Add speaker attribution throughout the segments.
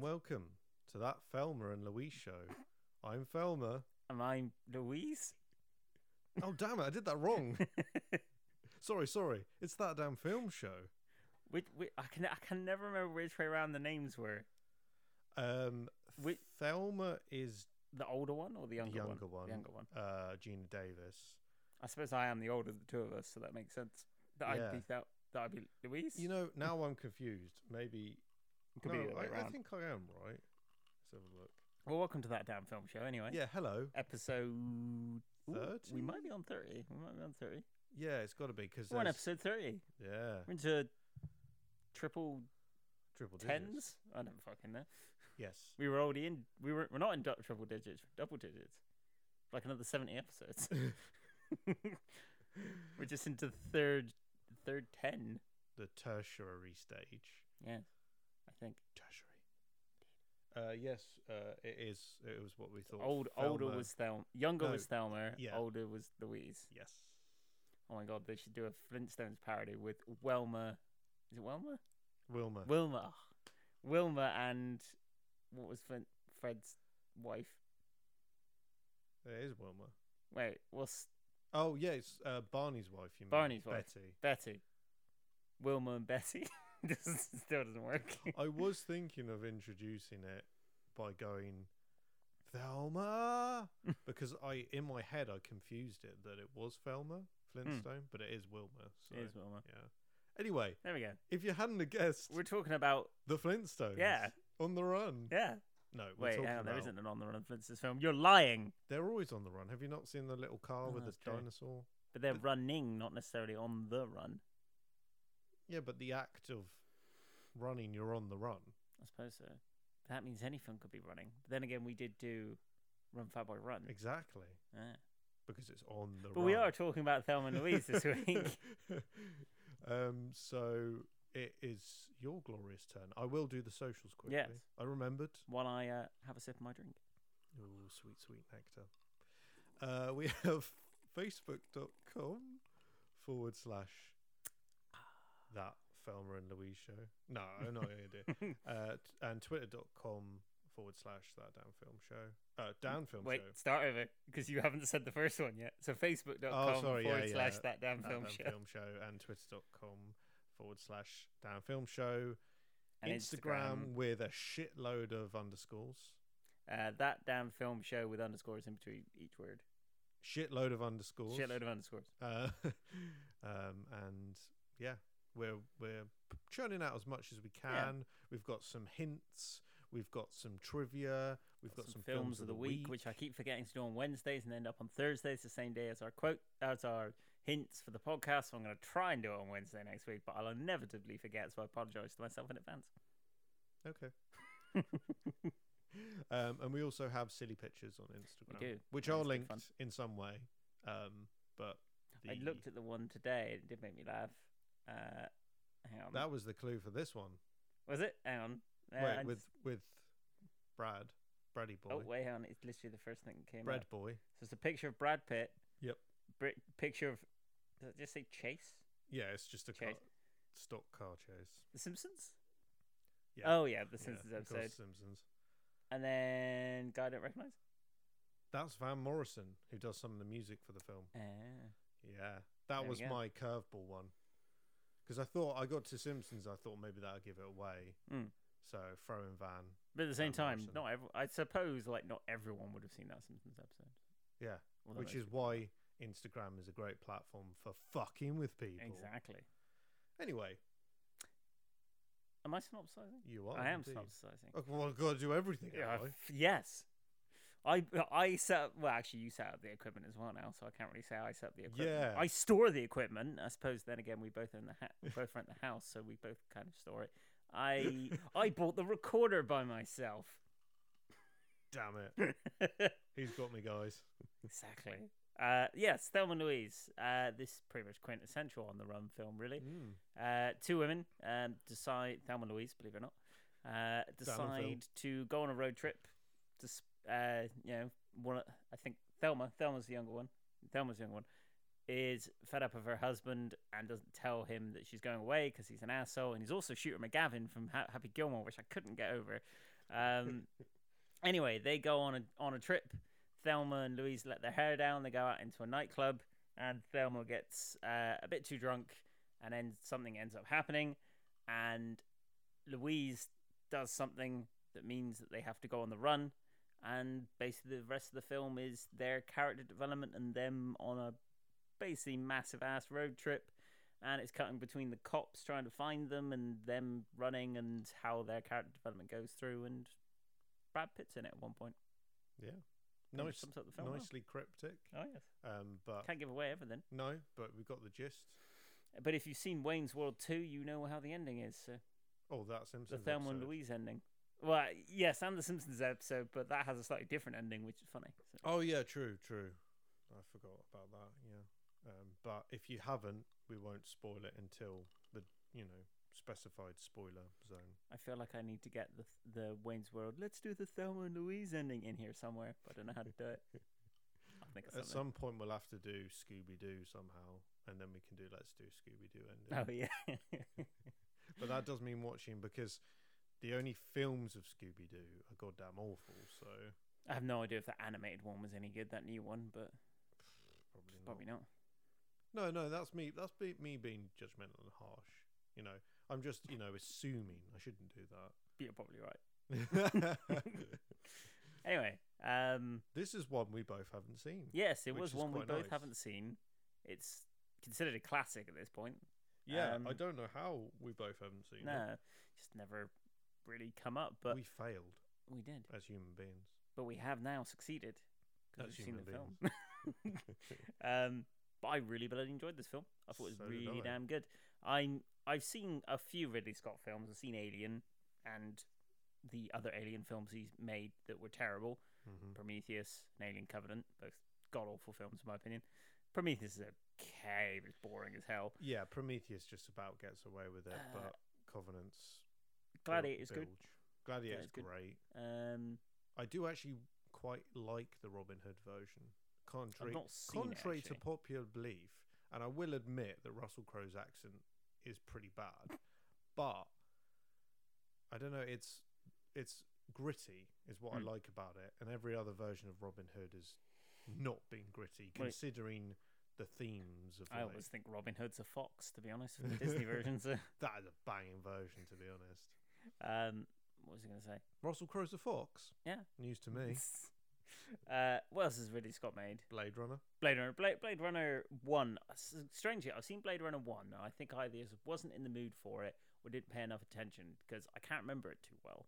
Speaker 1: welcome to that Felmer and Louise show. I'm Felmer.
Speaker 2: And I'm Louise.
Speaker 1: Oh, damn it, I did that wrong. sorry, sorry. It's that damn film show.
Speaker 2: Which, which I can I can never remember which way around the names were.
Speaker 1: Um,
Speaker 2: Wait.
Speaker 1: Thelma is
Speaker 2: The older one or the
Speaker 1: the
Speaker 2: younger,
Speaker 1: younger
Speaker 2: one?
Speaker 1: one.
Speaker 2: The younger one.
Speaker 1: Uh, Gina Davis.
Speaker 2: I suppose I am the older of the two of us, so that makes sense. That
Speaker 1: Yeah.
Speaker 2: I'd be that, that I'd be Louise.
Speaker 1: You know, now I'm confused. Maybe.
Speaker 2: Could be
Speaker 1: no,
Speaker 2: the other way
Speaker 1: I, I
Speaker 2: round.
Speaker 1: think I am right. Let's have a look.
Speaker 2: Well, welcome to that damn film show. Anyway,
Speaker 1: Yeah, hello.
Speaker 2: episode Ooh, We
Speaker 1: 30?
Speaker 2: might be on thirty. We might be on thirty.
Speaker 1: Yeah, it's got to be because
Speaker 2: We're on episode thirty.
Speaker 1: Yeah,
Speaker 2: We're into triple
Speaker 1: triple digits.
Speaker 2: tens. I don't fucking know.
Speaker 1: Yes.
Speaker 2: We were already in. We were. We're not in du- triple digits. we're Double digits. Like another seventy episodes. we're just into the third, third ten.
Speaker 1: The tertiary stage.
Speaker 2: Yeah, I think
Speaker 1: Tertiary. Uh, yes, uh, it is. It was what we thought.
Speaker 2: old older
Speaker 1: Oh, Thelma-
Speaker 2: was Thelma, younger
Speaker 1: No,
Speaker 2: was Thelma,
Speaker 1: yeah.
Speaker 2: older was Louise.
Speaker 1: Yes.
Speaker 2: Oh my god, they should do a Flintstones parody with Wilma. Is it Wilma?
Speaker 1: Wilma.
Speaker 2: Wilma, Ugh. Wilma, and what was Flint, Fred's wife?
Speaker 1: it is Wilma.
Speaker 2: Wait, what's
Speaker 1: Oh yeah, it's uh, Barney's wife. You mean
Speaker 2: Barney's wife.
Speaker 1: Betty.
Speaker 2: Betty? Wilma and Betty. this is- still doesn't work.
Speaker 1: I was thinking of introducing it by going Thelma because I in my head I confused it that it was Thelma Flintstone, but it is Wilma. So,
Speaker 2: Hmm. It is Wilma.
Speaker 1: Yeah. Anyway,
Speaker 2: There we go.
Speaker 1: if you hadn't have guessed,
Speaker 2: We're talking about
Speaker 1: the Flintstones.
Speaker 2: Yeah.
Speaker 1: On the run.
Speaker 2: yeah.
Speaker 1: No, we're
Speaker 2: Wait,
Speaker 1: talking
Speaker 2: hang on, there
Speaker 1: about-
Speaker 2: isn't an on the run Flintstones film. You're lying,
Speaker 1: They're always on the run. Have you not seen the little car with the
Speaker 2: Oh, that's true.
Speaker 1: dinosaur?
Speaker 2: but they're running, not necessarily on the run.
Speaker 1: Yeah, but the act of running, you're on the run.
Speaker 2: I suppose so. That means any film could be running. But then again, we did do Run Fat Boy Run.
Speaker 1: Exactly.
Speaker 2: Yeah.
Speaker 1: Because it's on the
Speaker 2: But
Speaker 1: run.
Speaker 2: we are talking about Thelma and Louise this week.
Speaker 1: um, so it is your glorious turn. I will do the socials quickly.
Speaker 2: Yes.
Speaker 1: I remembered.
Speaker 2: While I uh, have a sip of my drink.
Speaker 1: Oh, sweet, sweet nectar. Uh, we have facebook.com forward slash that Felmer and Louise show. No, no idea. uh, t- and twitter.com forward slash that damn film show. Uh, down film
Speaker 2: Wait,
Speaker 1: show.
Speaker 2: start over because you haven't said the first one yet. So facebook.com
Speaker 1: Oh, sorry, yeah,
Speaker 2: forward slash
Speaker 1: yeah.
Speaker 2: that damn
Speaker 1: That
Speaker 2: film
Speaker 1: Damn
Speaker 2: show.
Speaker 1: film show and twitter.com forward slash damn film show.
Speaker 2: And
Speaker 1: Instagram, with a shitload of underscores.
Speaker 2: Uh, that damn film show with underscores in between each word.
Speaker 1: Shitload of underscores.
Speaker 2: Shitload of underscores.
Speaker 1: Uh, um, and yeah, we're we're churning out as much as we can. We've got some hints. We've got some trivia. We've got,
Speaker 2: some, films, of the week, which I keep forgetting to do on Wednesdays and end up on Thursdays, the same day as our quote, as our hints for the podcast. So I'm going to try and do it on Wednesday next week, but I'll inevitably forget, so I apologise to myself in advance.
Speaker 1: Okay. um, and we also have silly pictures on Instagram,
Speaker 2: do.
Speaker 1: which are
Speaker 2: That is good fun.
Speaker 1: linked in some way. Um, but the,
Speaker 2: I looked at the one today; and it did make me laugh. Uh, hang on,
Speaker 1: that was the clue for this one.
Speaker 2: was it? Hang on. Uh,
Speaker 1: Wait,
Speaker 2: I'm
Speaker 1: with
Speaker 2: just-
Speaker 1: with Brad, Braddy boy,
Speaker 2: oh wait, hang on. It's literally the first thing that came
Speaker 1: Brad
Speaker 2: up.
Speaker 1: boy.
Speaker 2: So it's a picture of Brad Pitt.
Speaker 1: Yep.
Speaker 2: Br- picture of does it just say Chase?
Speaker 1: Yeah, it's just a car,
Speaker 2: Chase.
Speaker 1: stock car chase.
Speaker 2: The Simpsons.
Speaker 1: Yeah.
Speaker 2: Oh yeah, the
Speaker 1: Yeah,
Speaker 2: Simpsons
Speaker 1: of course,
Speaker 2: episode.
Speaker 1: Simpsons.
Speaker 2: And then guy I don't recognize.
Speaker 1: That's Van Morrison who does some of the music for the film.
Speaker 2: Ah.
Speaker 1: Yeah, that
Speaker 2: There we
Speaker 1: was
Speaker 2: go.
Speaker 1: my curveball one. Because I thought I got to Simpsons, I thought maybe that'll give it away.
Speaker 2: Mm.
Speaker 1: So throw in Van.
Speaker 2: But at the same
Speaker 1: Van
Speaker 2: time,
Speaker 1: Morrison.
Speaker 2: not every, I suppose like not everyone would have seen that Simpsons episode.
Speaker 1: Yeah,
Speaker 2: Although
Speaker 1: which
Speaker 2: it's-
Speaker 1: is why Instagram is a great platform for fucking with people.
Speaker 2: exactly.
Speaker 1: Anyway,
Speaker 2: Am I synopsizing?
Speaker 1: you are.
Speaker 2: I am
Speaker 1: indeed.
Speaker 2: synopsizing.
Speaker 1: Oh, well, I've got to do everything.
Speaker 2: Yeah,
Speaker 1: have I?
Speaker 2: I've- yes. I I set up, well actually you set up the equipment as well now, so I can't really say I set up the equipment.
Speaker 1: Yeah.
Speaker 2: I store the equipment. I suppose then again we both own the ha- we both rent the house, so we both kind of store it. I I bought the recorder by myself.
Speaker 1: Damn it. He's got me, guys.
Speaker 2: Exactly. Uh, yes, Thelma and Louise. Uh, this is pretty much quintessential on the run film,
Speaker 1: Hmm.
Speaker 2: really. Uh, two women um, decide, Thelma and Louise, believe it or not, uh, decide to go on a road trip. To, s- uh, you know, one, I think Thelma, Thelma's the younger one, Thelma's the younger one, is fed up of her husband and doesn't tell him that she's going away because he's an asshole. And he's also Shooter McGavin from ha- Happy Gilmore, which I couldn't get over. Um, anyway, they go on a on a trip. Thelma and Louise let their hair down. They go out into a nightclub, and Thelma gets uh, a bit too drunk, and then something ends up happening, and Louise does something that means that they have to go on the run, and basically the rest of the film is their character development and them on a basically massive ass road trip and it's cutting between the cops trying to find them and them running and how their character development goes through and Brad Pitt's in it at one point.
Speaker 1: Yeah.
Speaker 2: Kind of
Speaker 1: Nice,
Speaker 2: sums up the film well.
Speaker 1: nicely cryptic.
Speaker 2: Oh yes.
Speaker 1: Um, but
Speaker 2: Can't give away everything.
Speaker 1: no, but we got the gist.
Speaker 2: But if you've seen Wayne's World 2, you know how the ending is. So
Speaker 1: Oh, that
Speaker 2: the
Speaker 1: Simpsons.
Speaker 2: Thelma and
Speaker 1: episode.
Speaker 2: Louise ending. Well, yes, and the Simpsons episode, but that has a slightly different ending, which is funny. So.
Speaker 1: Oh yeah, true, true. I forgot about that. Yeah. Um, but if you haven't, we won't spoil it until the you know specified spoiler zone.
Speaker 2: I feel like I need to get the the Wayne's World. Let's do the Thelma and Louise ending in here somewhere, but I don't know how to do it. I'll think of
Speaker 1: At
Speaker 2: something.
Speaker 1: some point, we'll have to do Scooby Doo somehow, and then we can do Let's Do Scooby Doo ending.
Speaker 2: Oh yeah.
Speaker 1: But that does mean watching because the only films of Scooby Doo are goddamn awful. So
Speaker 2: I have no idea if that animated one was any good, that new one, but
Speaker 1: probably not.
Speaker 2: probably not.
Speaker 1: No, no, that's me. That's be, me being judgmental and harsh. You know, I'm just you know assuming I shouldn't do
Speaker 2: You're probably right.
Speaker 1: that.
Speaker 2: Anyway, um,
Speaker 1: this is one we both haven't seen.
Speaker 2: yes, it
Speaker 1: Which
Speaker 2: was
Speaker 1: is
Speaker 2: one we
Speaker 1: quite
Speaker 2: both
Speaker 1: nice.
Speaker 2: haven't seen. It's considered a classic at this point.
Speaker 1: Yeah, I
Speaker 2: Um,
Speaker 1: don't know how we both haven't seen it.
Speaker 2: No, just never really come up, but
Speaker 1: we
Speaker 2: we,
Speaker 1: failed
Speaker 2: did.
Speaker 1: as human beings.
Speaker 2: But we have now succeeded because
Speaker 1: As
Speaker 2: we've seen the
Speaker 1: human
Speaker 2: film.
Speaker 1: Mm-hmm.
Speaker 2: um, but I really bloody enjoyed this film. I thought it was
Speaker 1: So did
Speaker 2: really
Speaker 1: I.
Speaker 2: damn good. I'm I've seen a few Ridley Scott films. I've seen Alien and the other Alien films he's made that were terrible.
Speaker 1: Mhm.
Speaker 2: Prometheus and Alien Covenant, both god awful films in my opinion. Prometheus is okay, but it's boring as hell.
Speaker 1: Yeah, Prometheus just about gets away with it,
Speaker 2: Uh,
Speaker 1: but Covenant's
Speaker 2: Gladiator is good.
Speaker 1: Gladiator's
Speaker 2: Gladiator's good.
Speaker 1: great.
Speaker 2: Um,
Speaker 1: I do actually quite like the Robin Hood version. Contrary,
Speaker 2: not seen it,
Speaker 1: contrary to
Speaker 2: actually.
Speaker 1: popular belief, and I will admit that Russell Crowe's accent is pretty bad, but I don't know. It's it's gritty is what
Speaker 2: Mm.
Speaker 1: I like about it, and every other version of Robin Hood has not been gritty,
Speaker 2: Well, it-
Speaker 1: considering the themes of.
Speaker 2: I
Speaker 1: like-
Speaker 2: always think Robin Hood's a fox, to be honest, for the Disney versions. Uh,
Speaker 1: that is a banging version, to be honest.
Speaker 2: Um, what was I going to say?
Speaker 1: Russell Crowe's a fox.
Speaker 2: Yeah.
Speaker 1: news to me.
Speaker 2: Uh, what else has Ridley Scott made?
Speaker 1: Blade Runner.
Speaker 2: Blade Runner. Blade, Blade Runner 1. S- Strangely, I've seen Blade Runner 1. and I think I either wasn't in the mood for it or didn't pay enough attention because I can't remember it too well.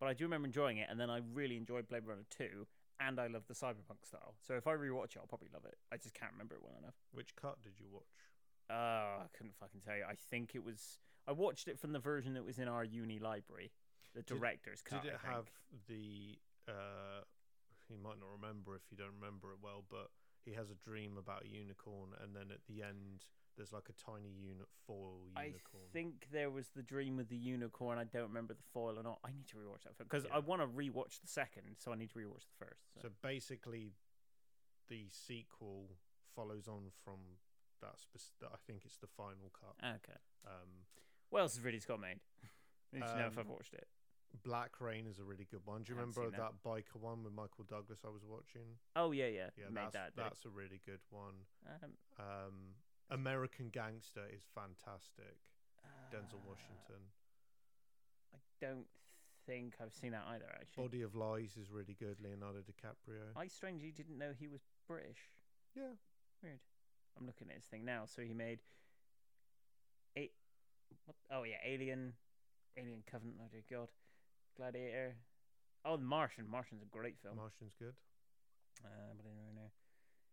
Speaker 2: But I do remember enjoying it, and then I really enjoyed Blade Runner 2, and I love the cyberpunk style. So if I rewatch it, I'll probably love it. I just can't remember it well enough.
Speaker 1: Which cut did you watch?
Speaker 2: Oh, I couldn't fucking tell you. I think it was. I watched it from the version that was in our uni library, the
Speaker 1: Did-
Speaker 2: director's cut.
Speaker 1: Did it
Speaker 2: I think.
Speaker 1: have the? Uh, you might not remember if you don't remember it well, but he has a dream about a unicorn, and then at the end, there's like a tiny unit foil
Speaker 2: I
Speaker 1: unicorn.
Speaker 2: think there was the dream of the unicorn. I don't remember the foil or not. I need to rewatch that because
Speaker 1: Yeah.
Speaker 2: I want to rewatch the second, so I need to rewatch the first. So.
Speaker 1: so. Basically, the sequel follows on from that. Spec- that I think it's the final cut.
Speaker 2: Okay.
Speaker 1: Um,
Speaker 2: What else has Ridley Scott made? I need to know if
Speaker 1: Um,
Speaker 2: I've watched it.
Speaker 1: Black Rain is a really good one. Do you
Speaker 2: I haven't
Speaker 1: remember
Speaker 2: seen
Speaker 1: that. biker one with Michael Douglas I was watching?
Speaker 2: Oh yeah, yeah.
Speaker 1: Yeah,
Speaker 2: made
Speaker 1: that's
Speaker 2: that. did
Speaker 1: that's a really good one.
Speaker 2: it? Um,
Speaker 1: Um, American Gangster is fantastic. Denzel
Speaker 2: uh,
Speaker 1: Washington.
Speaker 2: I don't think I've seen that either. Actually,
Speaker 1: Body of Lies is really good. Leonardo DiCaprio.
Speaker 2: I strangely didn't know he was British.
Speaker 1: yeah,
Speaker 2: Weird. I'm looking at his thing now. So he made eight. What? Oh yeah, Alien, Alien Covenant. Oh dear God, Gladiator. Oh, The Martian. Martian's a great film.
Speaker 1: Martian's good.
Speaker 2: uh, but I don't know.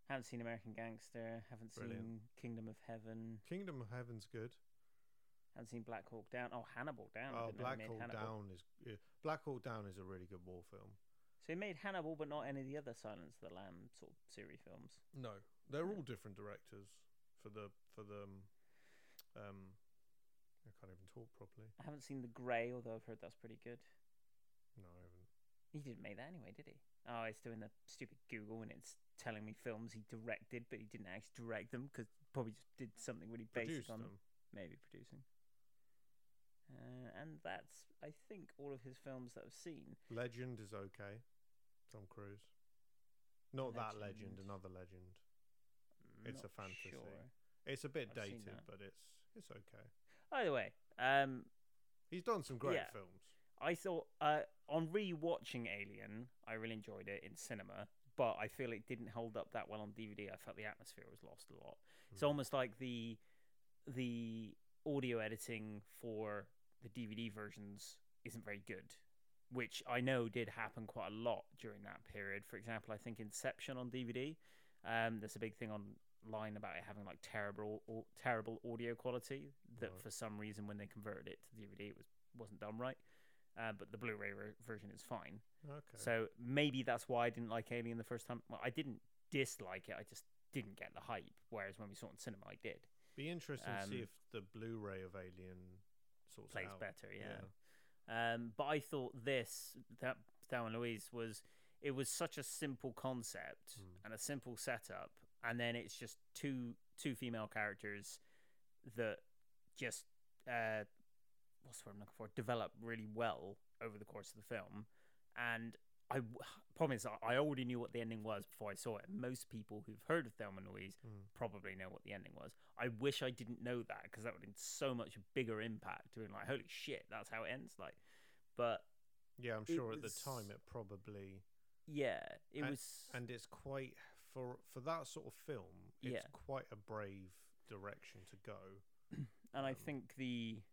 Speaker 2: Haven't seen American Gangster. Haven't
Speaker 1: Brilliant.
Speaker 2: seen Kingdom of Heaven.
Speaker 1: Kingdom of Heaven's good.
Speaker 2: Haven't seen Black Hawk Down. Oh, Hannibal Down. I
Speaker 1: Oh,
Speaker 2: didn't know he
Speaker 1: Black
Speaker 2: made
Speaker 1: Hawk
Speaker 2: Hannibal.
Speaker 1: Down is yeah. Black Hawk Down is a really good war film.
Speaker 2: So he made Hannibal, but not any of the other Silence of the Lamb sort of series films.
Speaker 1: No, they're
Speaker 2: Yeah.
Speaker 1: all different directors for the for the um, um, I can't even talk properly.
Speaker 2: I haven't seen The Grey, although I've heard that's pretty good.
Speaker 1: No, I haven't.
Speaker 2: He didn't make that anyway, did he? Oh, it's doing the stupid Google and it's telling me films he directed, but he didn't actually direct them because probably just did something really basic
Speaker 1: Produced
Speaker 2: on
Speaker 1: them.
Speaker 2: maybe producing. Uh, and that's, I think, all of his films that I've seen.
Speaker 1: Legend is okay. Tom Cruise. Not that legend,
Speaker 2: Legend.
Speaker 1: another legend.
Speaker 2: I'm
Speaker 1: It's a
Speaker 2: not
Speaker 1: fantasy.
Speaker 2: sure.
Speaker 1: It's a bit
Speaker 2: I've seen
Speaker 1: dated,
Speaker 2: that.
Speaker 1: but it's it's okay.
Speaker 2: Either way, um,
Speaker 1: He's done some great
Speaker 2: Yeah.
Speaker 1: films.
Speaker 2: I thought uh, on rewatching Alien, I really enjoyed it in cinema, but I feel it didn't hold up that well on DVD. I felt the atmosphere was lost a lot. It's
Speaker 1: Mm.
Speaker 2: almost like the the audio editing for the DVD versions isn't very good, which I know did happen quite a lot during that period. For example, I think Inception on DVD. Um, there's a big thing online about it having like terrible, au- terrible audio quality. That
Speaker 1: Right.
Speaker 2: for some reason, when they converted it to DVD, it was wasn't done right. Uh, but the Blu-ray ver- version is fine.
Speaker 1: Okay.
Speaker 2: So maybe that's why I didn't like Alien the first time. Well, I didn't dislike it. I just didn't get the hype. Whereas when we saw it in cinema, I did.
Speaker 1: Be interesting to see
Speaker 2: um,
Speaker 1: if the Blu-ray of Alien sorts it
Speaker 2: Plays
Speaker 1: out.
Speaker 2: better, yeah. Um, but I thought this that Thelma and Louise was it was such a simple concept
Speaker 1: Mm.
Speaker 2: and a simple setup, and then it's just two two female characters that just uh, what's the word I'm looking for develop really well over the course of the film, and. I w- problem is I- I already knew what the ending was before I saw it. Most people who've heard of Thelma and Louise
Speaker 1: Mm.
Speaker 2: probably know what the ending was. I wish I didn't know that because that would have been so much bigger impact. Doing like, holy shit, that's how it ends. Like, but
Speaker 1: Yeah, I'm
Speaker 2: It
Speaker 1: sure at the time
Speaker 2: was-
Speaker 1: it probably
Speaker 2: yeah, it
Speaker 1: And-
Speaker 2: was.
Speaker 1: and it's quite for for that sort of film. It's
Speaker 2: Yeah.
Speaker 1: quite a brave direction to go.
Speaker 2: and I
Speaker 1: Um,
Speaker 2: think the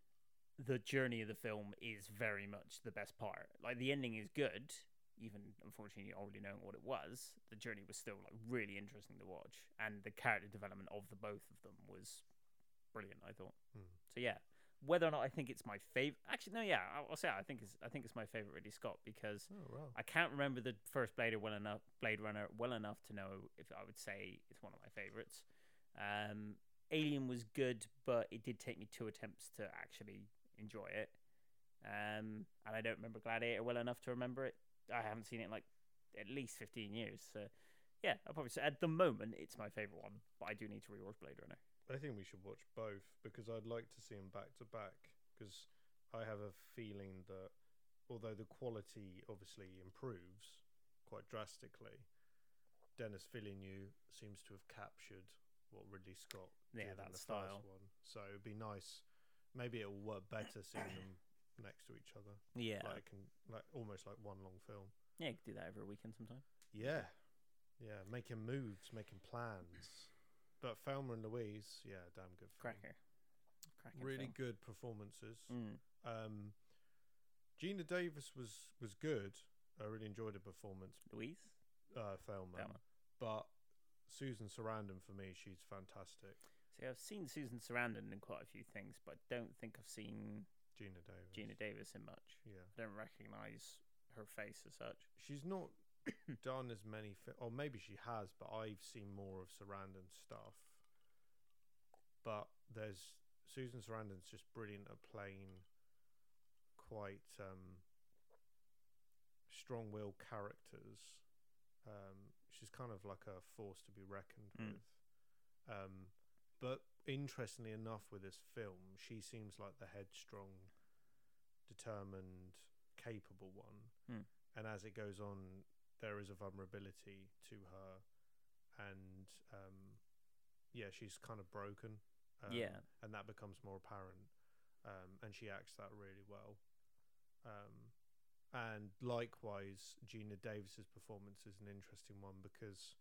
Speaker 2: the journey of the film is very much the best part. Like the ending is good, even unfortunately already knowing what it was. The journey was still like really interesting to watch, and the character development of the both of them was brilliant. I thought.
Speaker 1: Hmm.
Speaker 2: So yeah, whether or not I think it's my favorite, actually no, yeah, I'll, I'll say I think it's I think it's my favorite Ridley Scott because
Speaker 1: Oh wow.
Speaker 2: I can't remember the first Blade well enough Blade Runner well enough to know if I would say it's one of my favorites. Um, Alien was good, but it did take me two attempts to actually enjoy it. Um, and I don't remember Gladiator well enough to remember it. I haven't seen it in like at least fifteen years. So yeah, I'll probably say at the moment it's my favorite one, but I do need to rewatch Blade Runner.
Speaker 1: I think we should watch both because I'd like to see them back to back because I have a feeling that although the quality obviously improves quite drastically, Dennis Villeneuve seems to have captured what Ridley Scott
Speaker 2: Yeah,
Speaker 1: did
Speaker 2: that
Speaker 1: in the
Speaker 2: style.
Speaker 1: first one. So it'd be nice. Maybe it'll work better seeing them next to each other,
Speaker 2: Yeah,
Speaker 1: like in, like almost like one long film.
Speaker 2: yeah, you could do that over a weekend sometime.
Speaker 1: Yeah, yeah, making moves, making plans. But Thelma and Louise, yeah, damn good. Film
Speaker 2: Cracker, cracker.
Speaker 1: really
Speaker 2: film.
Speaker 1: good performances.
Speaker 2: Mm.
Speaker 1: Um, Gina Davis was was good. I really enjoyed her performance,
Speaker 2: Louise,
Speaker 1: uh, Thelma.
Speaker 2: Thelma.
Speaker 1: But Susan Sarandon for me, she's fantastic.
Speaker 2: See, I've seen Susan Sarandon in quite a few things, but I don't think I've seen
Speaker 1: Gina Davis.
Speaker 2: Gina Davis in much.
Speaker 1: Yeah,
Speaker 2: I don't recognise her face as such.
Speaker 1: she's not done as many, fi- or maybe she has, but I've seen more of Sarandon stuff. But there's Susan Sarandon's just brilliant at playing quite um, strong-willed characters. Um, she's kind of like a force to be reckoned
Speaker 2: Mm.
Speaker 1: with. Um, but interestingly enough, with this film, she seems like the headstrong, determined, capable one.
Speaker 2: Mm.
Speaker 1: And as it goes on, there is a vulnerability to her, and um, yeah, she's kind of broken. Um,
Speaker 2: Yeah.
Speaker 1: and that becomes more apparent, um, and she acts that really well. Um, and likewise, Gina Davis's performance is an interesting one because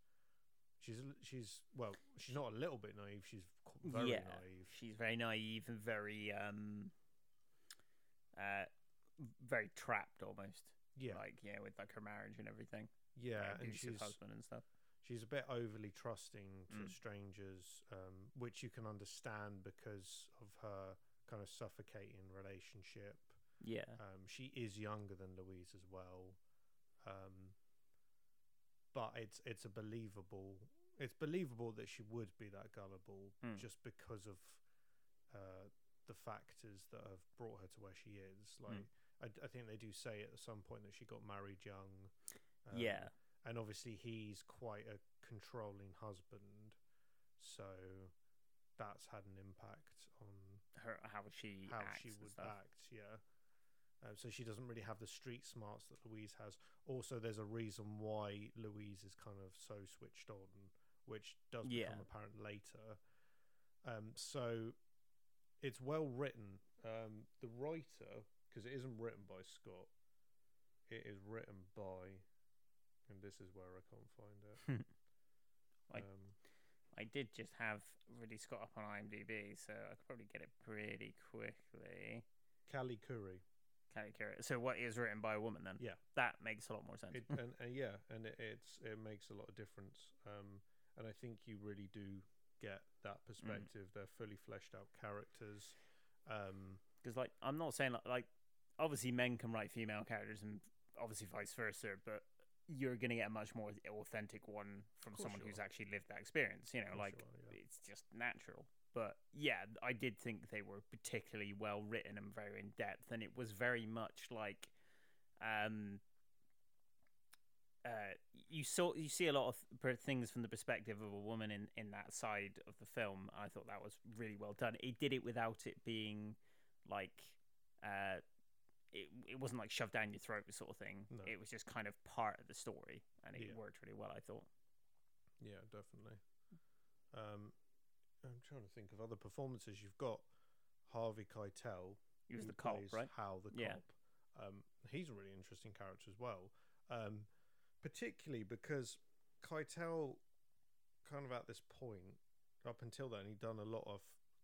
Speaker 1: she's a li- she's well, she's not a little bit naive. She's qu- very
Speaker 2: Yeah.
Speaker 1: naive.
Speaker 2: She's very naive and very, um, uh, very trapped almost.
Speaker 1: Yeah,
Speaker 2: Like yeah, with like her marriage and everything.
Speaker 1: yeah,
Speaker 2: Her
Speaker 1: and
Speaker 2: abusive
Speaker 1: she's
Speaker 2: husband and stuff.
Speaker 1: she's a bit overly trusting to
Speaker 2: Mm.
Speaker 1: strangers, um, which you can understand because of her kind of suffocating relationship.
Speaker 2: Yeah,
Speaker 1: Um, she is younger than Louise as well, um, but it's it's a believable it's believable that she would be that gullible
Speaker 2: Mm.
Speaker 1: just because of uh, the factors that have brought her to where she is.
Speaker 2: Hmm.
Speaker 1: Like I d I I, think they do say at some point that she got married young. um,
Speaker 2: yeah,
Speaker 1: and obviously he's quite a controlling husband, so that's had an impact on
Speaker 2: her how she
Speaker 1: how
Speaker 2: acts
Speaker 1: she
Speaker 2: and
Speaker 1: would
Speaker 2: stuff.
Speaker 1: act. Yeah. Um, so she doesn't really have the street smarts that Louise has. Also, there's a reason why Louise is kind of so switched on, which does
Speaker 2: Yeah.
Speaker 1: become apparent later. Um, so it's well written. Um, the writer, because it isn't written by Scott, it is written by, and this is where I can't find it.
Speaker 2: Like-
Speaker 1: um,
Speaker 2: I did just have Ridley Scott up on IMDb, so I could probably get it pretty quickly.
Speaker 1: Callie Curry.
Speaker 2: Can I carry it? So what is written by a woman then?
Speaker 1: Yeah.
Speaker 2: that makes a lot more sense.
Speaker 1: it, and, and yeah, and it, it's it makes a lot of difference. Um, and I think you really do get that perspective. They're fully fleshed out characters. Um,
Speaker 2: because like I'm not saying like, like obviously men can write female characters and obviously vice versa, but you're gonna get a much more authentic one from
Speaker 1: course
Speaker 2: someone
Speaker 1: you
Speaker 2: who's
Speaker 1: are.
Speaker 2: actually lived that experience. You know,
Speaker 1: course
Speaker 2: like
Speaker 1: you are, yeah.
Speaker 2: it's just natural. But yeah, I did think they were particularly well written and very in depth, and it was very much like, um, uh, you saw you see a lot of per- things from the perspective of a woman in in that side of the film. I thought that was really well done. It did it without it being like uh it, it wasn't like shoved down your throat sort of thing
Speaker 1: No.
Speaker 2: it was just kind of part of the story and it
Speaker 1: Yeah.
Speaker 2: worked really well i thought
Speaker 1: yeah, definitely. Um, I'm trying to think of other performances. You've got Harvey Keitel.
Speaker 2: he was
Speaker 1: who
Speaker 2: the cop
Speaker 1: plays
Speaker 2: right
Speaker 1: Hal the
Speaker 2: Yeah.
Speaker 1: cop. Um, he's a really interesting character as well, um, particularly because Keitel, kind of at this point, up until then, he'd done a lot of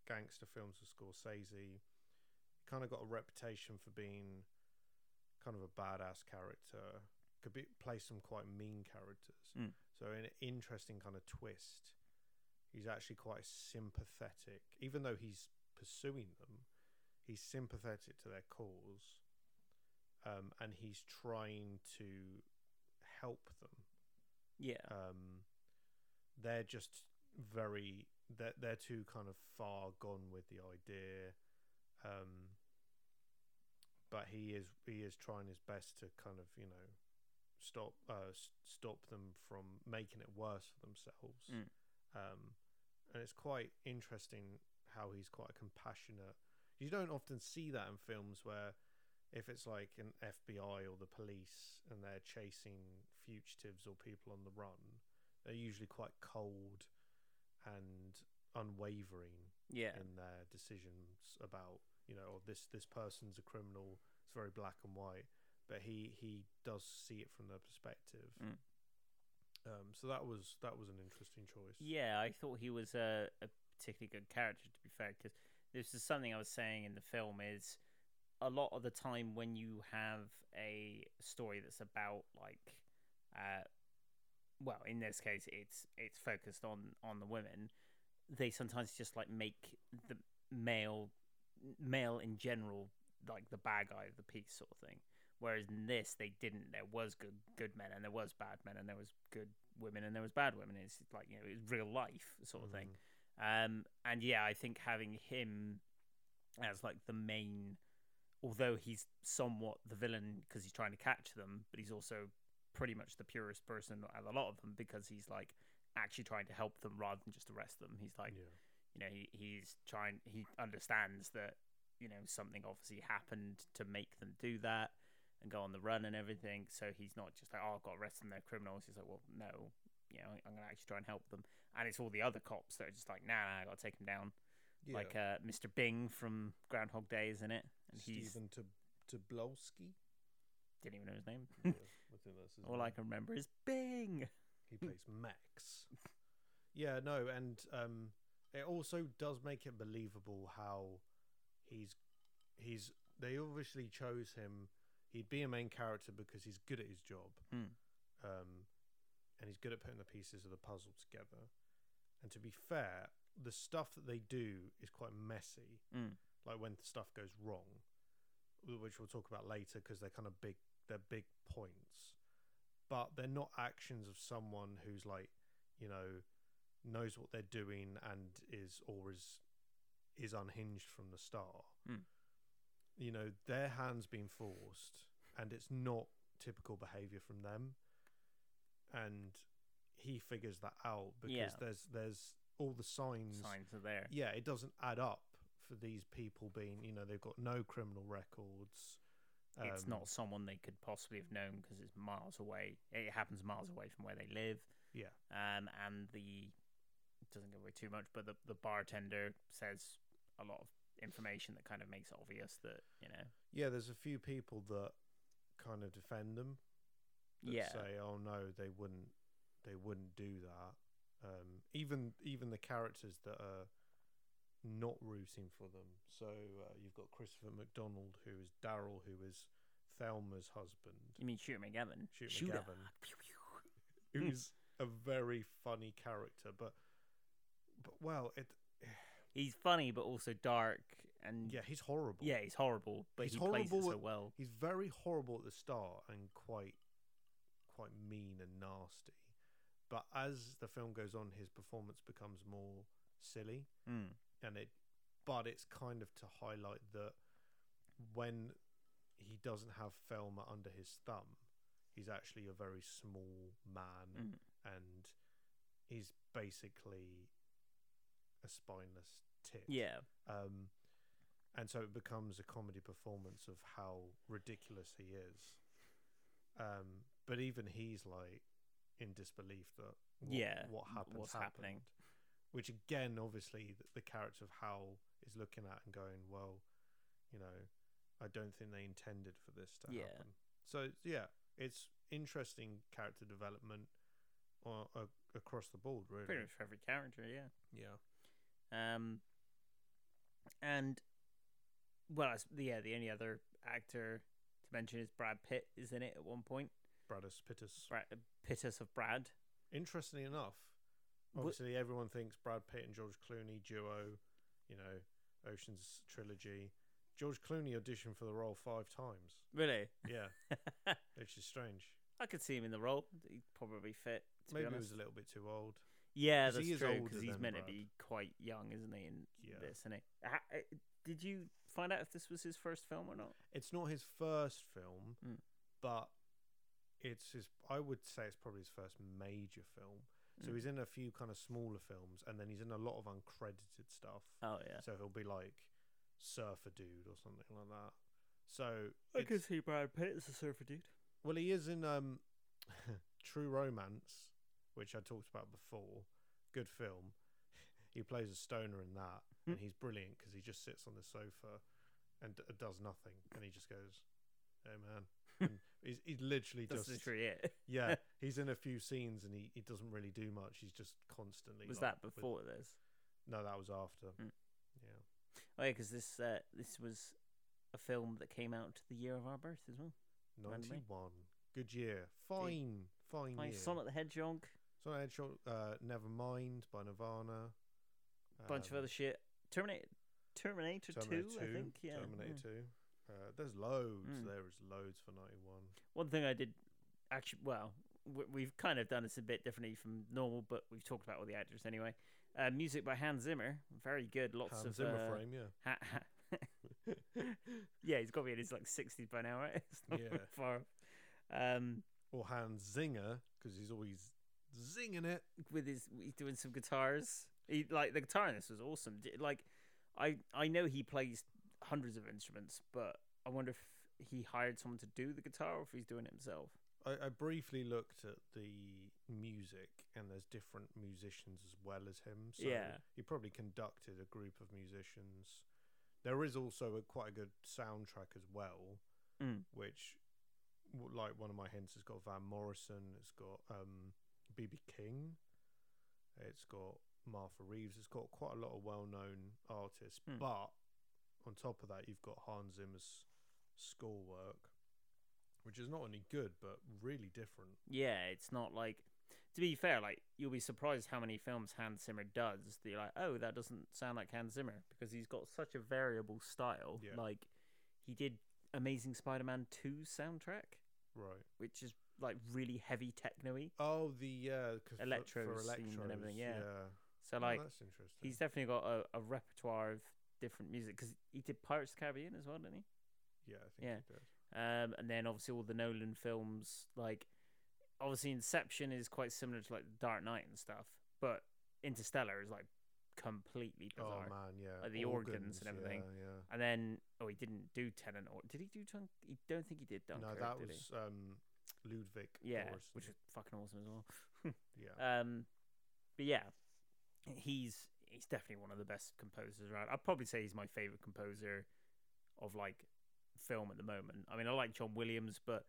Speaker 1: gangster films with Scorsese. Kind of got a reputation for being kind of a badass character. Could be play some quite mean characters.
Speaker 2: Mm.
Speaker 1: So an interesting kind of twist. He's actually quite sympathetic, even though he's pursuing them he's sympathetic to their cause um, and he's trying to help them
Speaker 2: yeah
Speaker 1: um, they're just very they're, they're too kind of far gone with the idea um, but he is he is trying his best to kind of you know stop uh, s- stop them from making it worse for themselves
Speaker 2: Mm.
Speaker 1: um, and it's quite interesting how he's quite compassionate you don't often see that in films where if it's like an FBI or the police and they're chasing fugitives or people on the run, they're usually quite cold and unwavering
Speaker 2: yeah
Speaker 1: in their decisions about you know oh, this this person's a criminal. It's very black and white, but he he does see it from their perspective.
Speaker 2: Mm.
Speaker 1: Um, so that was that was an interesting choice.
Speaker 2: yeah i thought he was a, a particularly good character to be fair because this is something i was saying in the film is a lot of the time when you have a story that's about like uh well in this case it's it's focused on on the women they sometimes just like make the male male in general like the bad guy of the piece sort of thing whereas in this they didn't there was good good men and there was bad men and there was good women and there was bad women it's like you know it's real life sort of thing
Speaker 1: Mhm.
Speaker 2: um and yeah i think having him as like the main although he's somewhat the villain because he's trying to catch them but he's also pretty much the purest person out of a lot of them because he's like actually trying to help them rather than just arrest them he's like
Speaker 1: yeah.
Speaker 2: you know he, he's trying he understands that you know something obviously happened to make them do that and go on the run and everything so he's not just like oh i've got to arrest them they're criminals he's like well no you know i'm gonna actually try and help them and it's all the other cops that are just like nah, nah i gotta take them down like uh, mr bing from groundhog day is in it and he's
Speaker 1: Stephen Tob- Tobolsky.
Speaker 2: didn't even know his name
Speaker 1: yeah, I think that's his
Speaker 2: all
Speaker 1: name.
Speaker 2: i can remember is bing
Speaker 1: He plays Max. Yeah, no, and um, it also does make it believable how he's he's they obviously chose him. He'd be a main character because he's good at his job,
Speaker 2: Mm.
Speaker 1: um, and he's good at putting the pieces of the puzzle together. And to be fair, the stuff that they do is quite messy.
Speaker 2: Mm.
Speaker 1: Like when stuff goes wrong, wh- which we'll talk about later because they're kind of big. They're big points but they're not actions of someone who's like you know knows what they're doing and is or is is unhinged from the start
Speaker 2: Hmm.
Speaker 1: you know their hands being forced and it's not typical behavior from them and he figures that out because
Speaker 2: Yeah.
Speaker 1: there's there's all the signs
Speaker 2: signs are there
Speaker 1: yeah it doesn't add up for these people being, you know, they've got no criminal records.
Speaker 2: it's
Speaker 1: um,
Speaker 2: not someone they could possibly have known because it's miles away. It happens miles away from where they live.
Speaker 1: Yeah.
Speaker 2: Um, and the doesn't give away too much, but the the bartender says a lot of information that kind of makes it obvious that you know.
Speaker 1: Yeah, there's a few people that kind of defend them. That
Speaker 2: yeah.
Speaker 1: Say, oh no, they wouldn't, they wouldn't do that. Um, even even the characters that are not rooting for them. So uh, you've got Christopher McDonald, who is Daryl, who is Thelma's husband,
Speaker 2: You mean shoot McGavin?
Speaker 1: Shoot
Speaker 2: Shooter.
Speaker 1: McGavin.
Speaker 2: Pew, pew.
Speaker 1: who is a very funny character. But but well, it
Speaker 2: He's funny, but also dark and
Speaker 1: yeah, he's horrible.
Speaker 2: yeah, he's horrible, but
Speaker 1: He's
Speaker 2: he plays
Speaker 1: horrible
Speaker 2: it so
Speaker 1: at-
Speaker 2: well.
Speaker 1: He's very horrible at the start and quite quite mean and nasty. But as the film goes on, his performance becomes more silly
Speaker 2: Mm.
Speaker 1: and it but it's kind of to highlight that when he doesn't have Felmer under his thumb, he's actually a very small man
Speaker 2: Mm.
Speaker 1: and he's basically a spineless tit
Speaker 2: Yeah.
Speaker 1: um, and so it becomes a comedy performance of how ridiculous he is. Um, but even he's like in disbelief that what,
Speaker 2: Yeah,
Speaker 1: what
Speaker 2: wh-
Speaker 1: happens
Speaker 2: what's
Speaker 1: happened.
Speaker 2: happening.
Speaker 1: Which again, obviously, the, the character of Hal is looking at and going, "Well, you know, I don't think they intended for this to
Speaker 2: Yeah.
Speaker 1: happen." So yeah, it's interesting character development uh, uh, across the board, really.
Speaker 2: Pretty much for every character, yeah.
Speaker 1: Yeah,
Speaker 2: Um, and well, I s yeah, the only other actor to mention is Brad Pitt is in it at one point.
Speaker 1: Bradus Pittus.
Speaker 2: Brad, Pittus of Brad.
Speaker 1: Interestingly enough,
Speaker 2: Wh-
Speaker 1: obviously everyone thinks Brad Pitt and George Clooney duo, you know, Ocean's trilogy. George Clooney auditioned for the role five times.
Speaker 2: Really,
Speaker 1: Yeah, which is strange.
Speaker 2: I could see him in the role. He'd probably fit. To
Speaker 1: Maybe
Speaker 2: be
Speaker 1: he
Speaker 2: honest.
Speaker 1: was a little bit too old.
Speaker 2: yeah,
Speaker 1: 'cause
Speaker 2: that's
Speaker 1: he is
Speaker 2: true
Speaker 1: older
Speaker 2: because he's
Speaker 1: than
Speaker 2: meant to
Speaker 1: Brad.
Speaker 2: be quite young, isn't he? In
Speaker 1: Yeah.
Speaker 2: this, isn't he? Ha- uh, did you find out if this was his first film or not?
Speaker 1: It's not his first film,
Speaker 2: Mm.
Speaker 1: but it's his. I would say it's probably his first major film. So
Speaker 2: Mm.
Speaker 1: he's in a few kind of smaller films, and then he's in a lot of uncredited stuff.
Speaker 2: Oh yeah,
Speaker 1: So he'll be like Surfer Dude or something like that. So it's-
Speaker 2: see Brad Pitt as a surfer dude.
Speaker 1: Well, he is in um, True Romance, which I talked about before. Good film. He plays a stoner in that, and
Speaker 2: Hmm.
Speaker 1: he's brilliant because he just sits on the sofa and d- does nothing, and he just goes, "Hey, man." And he's, he's literally
Speaker 2: That's
Speaker 1: just
Speaker 2: literally it.
Speaker 1: yeah. He's in a few scenes, and he, he doesn't really do much. He's just constantly.
Speaker 2: was
Speaker 1: like,
Speaker 2: that
Speaker 1: with-
Speaker 2: before this?
Speaker 1: no, that was after.
Speaker 2: Hmm.
Speaker 1: Yeah.
Speaker 2: Oh yeah, because this uh, this was a film that came out the year of our birth as well. Randomly.
Speaker 1: Ninety-one. Good year. Fine. Fine
Speaker 2: By
Speaker 1: year.
Speaker 2: Sonic the Hedgehog,
Speaker 1: So I had short, uh, Nevermind by Nirvana.
Speaker 2: bunch of
Speaker 1: um,
Speaker 2: other shit. Terminator, Terminator,
Speaker 1: Terminator
Speaker 2: 2, I think. Yeah. Hmm.
Speaker 1: Terminator
Speaker 2: yeah.
Speaker 1: 2. Uh, there's loads.
Speaker 2: Mm.
Speaker 1: There is loads for 91.
Speaker 2: One thing I did actually, well, w- we've kind of done this a bit differently from normal, but we've talked about all the actors anyway. Uh, music by Hans Zimmer, very good. Lots
Speaker 1: Hans
Speaker 2: of
Speaker 1: Zimmer
Speaker 2: uh,
Speaker 1: frame, yeah.
Speaker 2: ha- ha- yeah, he's got to be in his like 60s by now, right? It's not
Speaker 1: Yeah.
Speaker 2: Far. Um,
Speaker 1: Or Hans Zinger, because he's always zinging it.
Speaker 2: with his he's doing some guitars. He like the guitar in this was awesome. D- Like I I know he plays hundreds of instruments, but I wonder if he hired someone to do the guitar or if he's doing it himself.
Speaker 1: I, I briefly looked at the music, and there's different musicians as well as him. So
Speaker 2: Yeah.
Speaker 1: he probably conducted a group of musicians. There is also a, quite a good soundtrack as well,
Speaker 2: Mm.
Speaker 1: which, w- like one of my hints, has got Van Morrison, it's got um, BB King, it's got Martha Reeves, it's got quite a lot of well-known artists.
Speaker 2: Mm.
Speaker 1: But on top of that, you've got Hans Zimmer's score work, which is not only good but really different.
Speaker 2: Yeah, it's not like to be fair, like you'll be surprised how many films Hans Zimmer does. That you're like, oh, that doesn't sound like Hans Zimmer because he's got such a variable style.
Speaker 1: Yeah.
Speaker 2: Like he did Amazing Spider-Man 2 soundtrack,
Speaker 1: Right.
Speaker 2: which is like really heavy techno-y.
Speaker 1: Oh, the uh, 'cause for-
Speaker 2: Electro
Speaker 1: for
Speaker 2: scene and
Speaker 1: electros,
Speaker 2: everything, yeah.
Speaker 1: yeah.
Speaker 2: So
Speaker 1: Oh,
Speaker 2: like
Speaker 1: that's interesting.
Speaker 2: He's definitely got a, a repertoire of different music because he did Pirates of the Caribbean as well, didn't he?
Speaker 1: yeah, I think
Speaker 2: yeah.
Speaker 1: he did.
Speaker 2: Um, and then obviously all the Nolan films, like obviously Inception is quite similar to like Dark Knight and stuff, but Interstellar is like completely
Speaker 1: Oh
Speaker 2: bizarre.
Speaker 1: man, yeah.
Speaker 2: Like the organs and everything.
Speaker 1: Yeah, yeah.
Speaker 2: and then, oh, he didn't do Tenant or did he do Dunk? He don't think he did Dunkirk.
Speaker 1: no, that
Speaker 2: did
Speaker 1: was um, Ludwig.
Speaker 2: he? yeah,
Speaker 1: Göransson.
Speaker 2: which was fucking awesome as well.
Speaker 1: yeah.
Speaker 2: Um, but yeah, he's he's definitely one of the best composers around. I'd probably say he's my favorite composer of like film at the moment. I mean, I like John Williams, but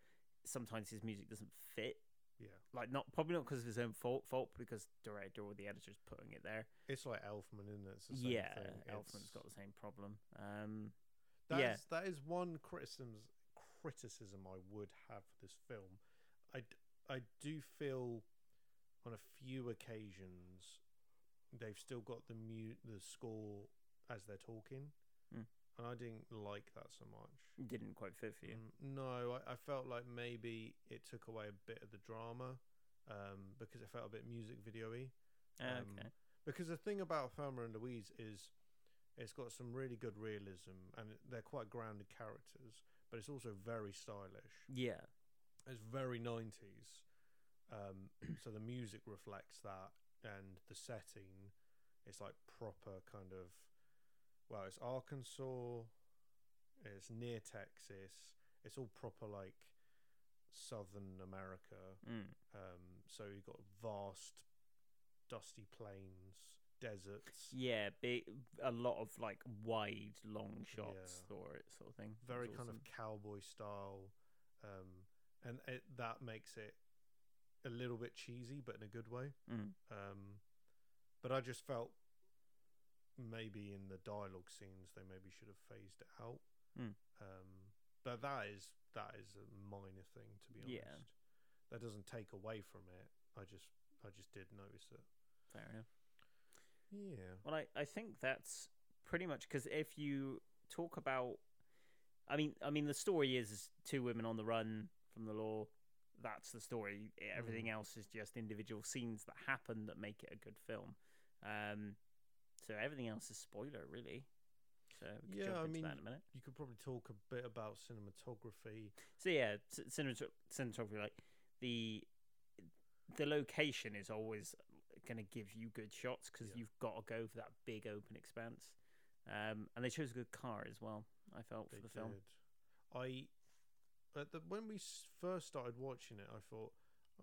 Speaker 2: sometimes his music doesn't fit.
Speaker 1: yeah.
Speaker 2: Like, not probably not because of his own fault, fault because director or the editor's putting it there.
Speaker 1: It's like Elfman, isn't it? It's the same
Speaker 2: Yeah,
Speaker 1: thing.
Speaker 2: Elfman's
Speaker 1: It's-
Speaker 2: got the same problem. Um,
Speaker 1: That
Speaker 2: Yeah.
Speaker 1: is- that is one criticism criticism I would have for this film. I, d- I do feel on a few occasions they've still got the mute the score as they're talking,
Speaker 2: Mm.
Speaker 1: and I didn't like that so much.
Speaker 2: didn't quite fit for you.
Speaker 1: Mm, no, I, I felt like maybe it took away a bit of the drama um, because it felt a bit music videoy.
Speaker 2: Ah,
Speaker 1: um,
Speaker 2: okay.
Speaker 1: Because the thing about Thelma and Louise is it's got some really good realism and it- they're quite grounded characters, but it's also very stylish.
Speaker 2: Yeah.
Speaker 1: It's very 90s. Um, so the music reflects that and the setting. It's like proper kind of, well, it's Arkansas, it's near Texas, it's all proper like Southern America.
Speaker 2: Mm.
Speaker 1: Um, so you've got vast, dusty plains, deserts,
Speaker 2: Yeah. Big, a lot of like wide, long shots,
Speaker 1: Yeah.
Speaker 2: or it sort of thing. That's
Speaker 1: very kind
Speaker 2: awesome.
Speaker 1: of cowboy style, um, and it, that makes it a little bit cheesy, but in a good way.
Speaker 2: Mm.
Speaker 1: Um, but I just felt maybe in the dialogue scenes they maybe should have phased it out.
Speaker 2: Mm.
Speaker 1: Um, but that is that is a minor thing to be honest.
Speaker 2: Yeah.
Speaker 1: That doesn't take away from it. I just I just did notice it.
Speaker 2: Fair enough.
Speaker 1: Yeah.
Speaker 2: Well, I, I think that's pretty much because if you talk about, I mean, I mean, the story is, is two women on the run from the law. That's the story. E- Everything
Speaker 1: Mm.
Speaker 2: else is just individual scenes that happen that make it a good film. Um, so everything else is spoiler, really. So we can
Speaker 1: Yeah,
Speaker 2: jump
Speaker 1: I
Speaker 2: into
Speaker 1: mean-
Speaker 2: that in a minute.
Speaker 1: you could probably talk a bit about cinematography.
Speaker 2: So yeah, c- cinemat- cinematography, like the the location is always going to give you good shots because
Speaker 1: Yeah.
Speaker 2: you've got to go for that big open expanse. Um, and they chose a good car as well. I felt
Speaker 1: They
Speaker 2: for the film.
Speaker 1: did. I at the, when we s- first started watching it, I thought,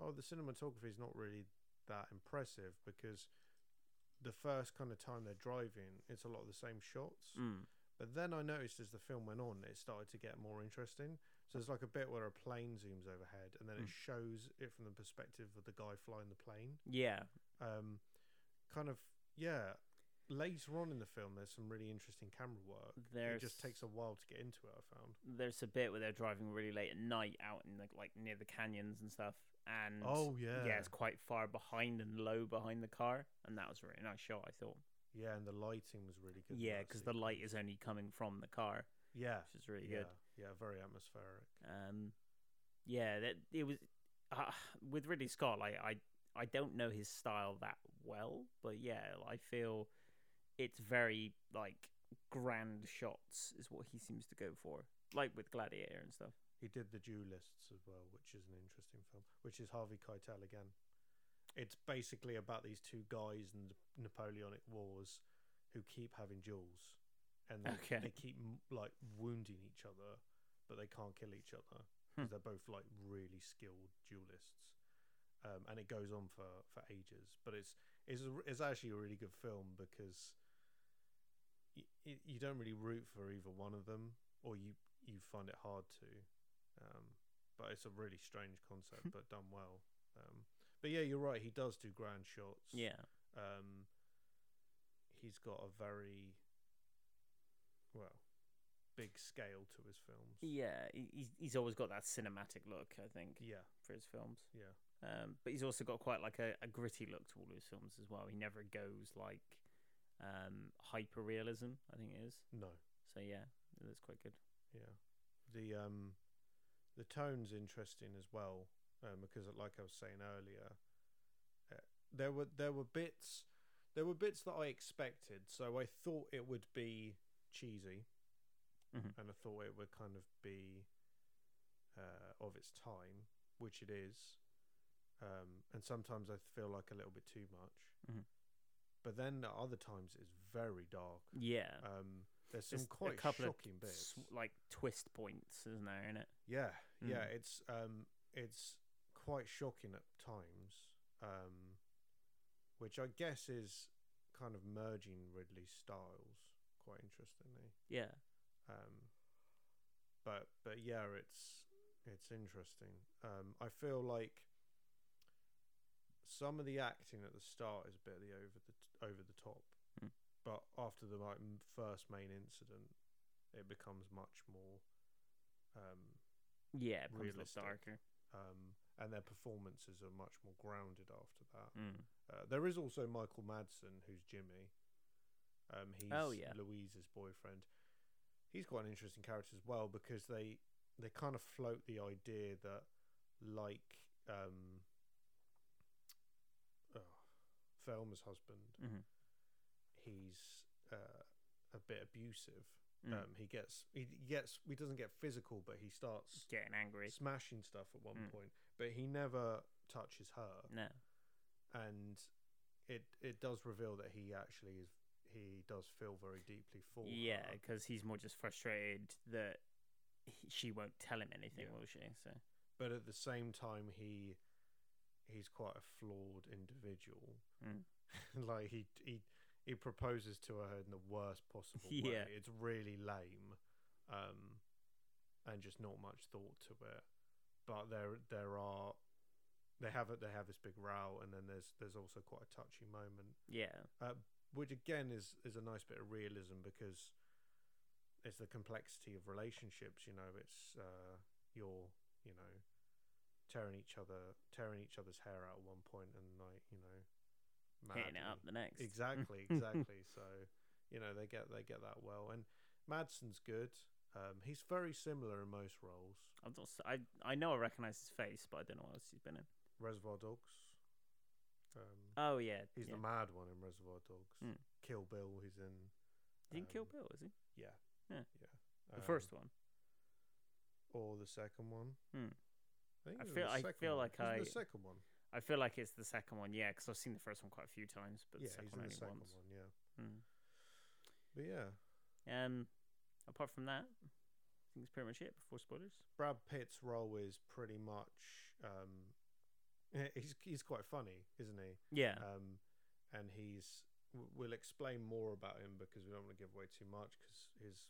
Speaker 1: oh, the cinematography is not really that impressive because the first kind of time they're driving, it's a lot of the same shots.
Speaker 2: Mm.
Speaker 1: But then I noticed as the film went on, it started to get more interesting. So there's like a bit where a plane zooms overhead, and then
Speaker 2: Mm.
Speaker 1: it shows it from the perspective of the guy flying the plane.
Speaker 2: Yeah,
Speaker 1: um, kind of yeah. Later on in the film, there's some really interesting camera work.
Speaker 2: there's
Speaker 1: It just takes a while to get into it. I found.
Speaker 2: there's a bit where they're driving really late at night out in the, like near the canyons and stuff. And
Speaker 1: Oh yeah,
Speaker 2: Mm. yeah, it's quite far behind and low behind the car, and that was a really nice shot. I thought.
Speaker 1: yeah, and the lighting was really good. in
Speaker 2: Yeah,
Speaker 1: that
Speaker 2: because the light is
Speaker 1: sequence.
Speaker 2: only coming from the car,
Speaker 1: yeah,
Speaker 2: which is really
Speaker 1: yeah,
Speaker 2: good.
Speaker 1: yeah, very atmospheric.
Speaker 2: Um, yeah, that it was uh, with Ridley Scott. Like I, I don't know his style that well, but yeah, I feel it's very like grand shots is what he seems to go for, like with Gladiator and stuff.
Speaker 1: He did the Duelists as well, which is an interesting film, which is Harvey Keitel again. It's basically about these two guys in the Napoleonic Wars who keep having duels, and they,
Speaker 2: Okay.
Speaker 1: they keep m- like wounding each other, but they can't kill each other because
Speaker 2: Hmm.
Speaker 1: they're both like really skilled duelists. Um, and it goes on for, for ages, but it's it's a, r- it's actually a really good film because y- y- you don't really root for either one of them, or you you find it hard to. Um, but it's a really strange concept, but done well. Um, but yeah, you're right. He does do grand shots.
Speaker 2: Yeah,
Speaker 1: Um, he's got a very well big scale to his films.
Speaker 2: yeah, he, he's- he's always got that cinematic look. I think
Speaker 1: yeah,
Speaker 2: for his films.
Speaker 1: yeah.
Speaker 2: Um, but he's also got quite like a, a gritty look to all his films as well. He never goes like um, hyper realism. I think it is.
Speaker 1: No,
Speaker 2: So yeah, that's quite good.
Speaker 1: yeah. The um, the tone's interesting as well um, because, like I was saying earlier, uh, there were there were bits there were bits that I expected. So I thought it would be cheesy,
Speaker 2: Mhm.
Speaker 1: and I thought it would kind of be uh, of its time, which it is. Um, and sometimes I feel like a little bit too much.
Speaker 2: Mhm.
Speaker 1: But then at other times it's very dark.
Speaker 2: Yeah.
Speaker 1: Um, there's some
Speaker 2: There's
Speaker 1: quite
Speaker 2: a couple
Speaker 1: shocking
Speaker 2: of
Speaker 1: bits.
Speaker 2: sw- like twist points, isn't there? In it.
Speaker 1: Yeah, yeah,
Speaker 2: Mm.
Speaker 1: it's um, it's quite shocking at times, um, which I guess is kind of merging Ridley styles quite interestingly.
Speaker 2: Yeah.
Speaker 1: Um, but but yeah, it's it's interesting. Um, I feel like some of the acting at the start is a bit of the over the t- over the top,
Speaker 2: Hmm.
Speaker 1: but after the like, m- first main incident, it becomes much more. Um,
Speaker 2: Yeah. It becomes a
Speaker 1: Realistic.
Speaker 2: little darker.
Speaker 1: um, and their performances are much more grounded after that.
Speaker 2: Mm.
Speaker 1: Uh, there is also Michael Madsen, who's Jimmy. Um, he's
Speaker 2: Oh, yeah.
Speaker 1: Louise's boyfriend. He's quite an interesting character as well because they they kind of float the idea that like um, oh, Velma's husband,
Speaker 2: Mhm.
Speaker 1: he's uh, a bit abusive.
Speaker 2: Mm.
Speaker 1: Um, he gets he gets he doesn't get physical, but he starts
Speaker 2: Getting angry.
Speaker 1: smashing stuff at one
Speaker 2: Mm.
Speaker 1: point, but he never touches her,
Speaker 2: No.
Speaker 1: and it it does reveal that he actually is he does feel very deeply for
Speaker 2: Yeah,
Speaker 1: her.
Speaker 2: because he's more just frustrated that he, she won't tell him anything,
Speaker 1: Yeah.
Speaker 2: will she? So
Speaker 1: but at the same time he he's quite a flawed individual.
Speaker 2: Mm.
Speaker 1: like he he he proposes to her in the worst possible
Speaker 2: Yeah.
Speaker 1: way. It's really lame, um, and just not much thought to it. But there there are they have it. They have this big row, and then there's there's also quite a touchy moment
Speaker 2: yeah,
Speaker 1: which again is is a nice bit of realism because it's the complexity of relationships. You know, it's uh, you're you know tearing each other tearing each other's hair out at one point and like you know
Speaker 2: hitting
Speaker 1: madly-
Speaker 2: it up the next.
Speaker 1: Exactly, exactly. so you know they get they get that well, and Madsen's good. Um, he's very similar in most roles.
Speaker 2: I'm not, s- I I know I recognise his face, but I don't know what else he's been in.
Speaker 1: Reservoir Dogs. Um,
Speaker 2: Oh yeah,
Speaker 1: he's
Speaker 2: yeah.
Speaker 1: the mad one in Reservoir Dogs.
Speaker 2: Mm.
Speaker 1: Kill Bill. He's in.
Speaker 2: He's in Kill
Speaker 1: um,
Speaker 2: Bill, is he?
Speaker 1: Yeah.
Speaker 2: Yeah.
Speaker 1: Yeah.
Speaker 2: The first one.
Speaker 1: or the second one.
Speaker 2: Hmm.
Speaker 1: I, think
Speaker 2: I
Speaker 1: it was
Speaker 2: feel-
Speaker 1: the
Speaker 2: I feel
Speaker 1: second one.
Speaker 2: like
Speaker 1: Wasn't it
Speaker 2: I-
Speaker 1: the second one.
Speaker 2: I feel like it's the second one, yeah, because I've seen the first one quite a few times, but
Speaker 1: yeah,
Speaker 2: the second
Speaker 1: he's in the second
Speaker 2: one only once.
Speaker 1: one. Yeah, but yeah,
Speaker 2: Mm. Um, apart from that, I think that's pretty much it before spoilers.
Speaker 1: Brad Pitt's role is pretty much. Um, he's he's quite funny, isn't he?
Speaker 2: Yeah,
Speaker 1: Um, and he's w- we'll explain more about him because we don't want to give away too much because his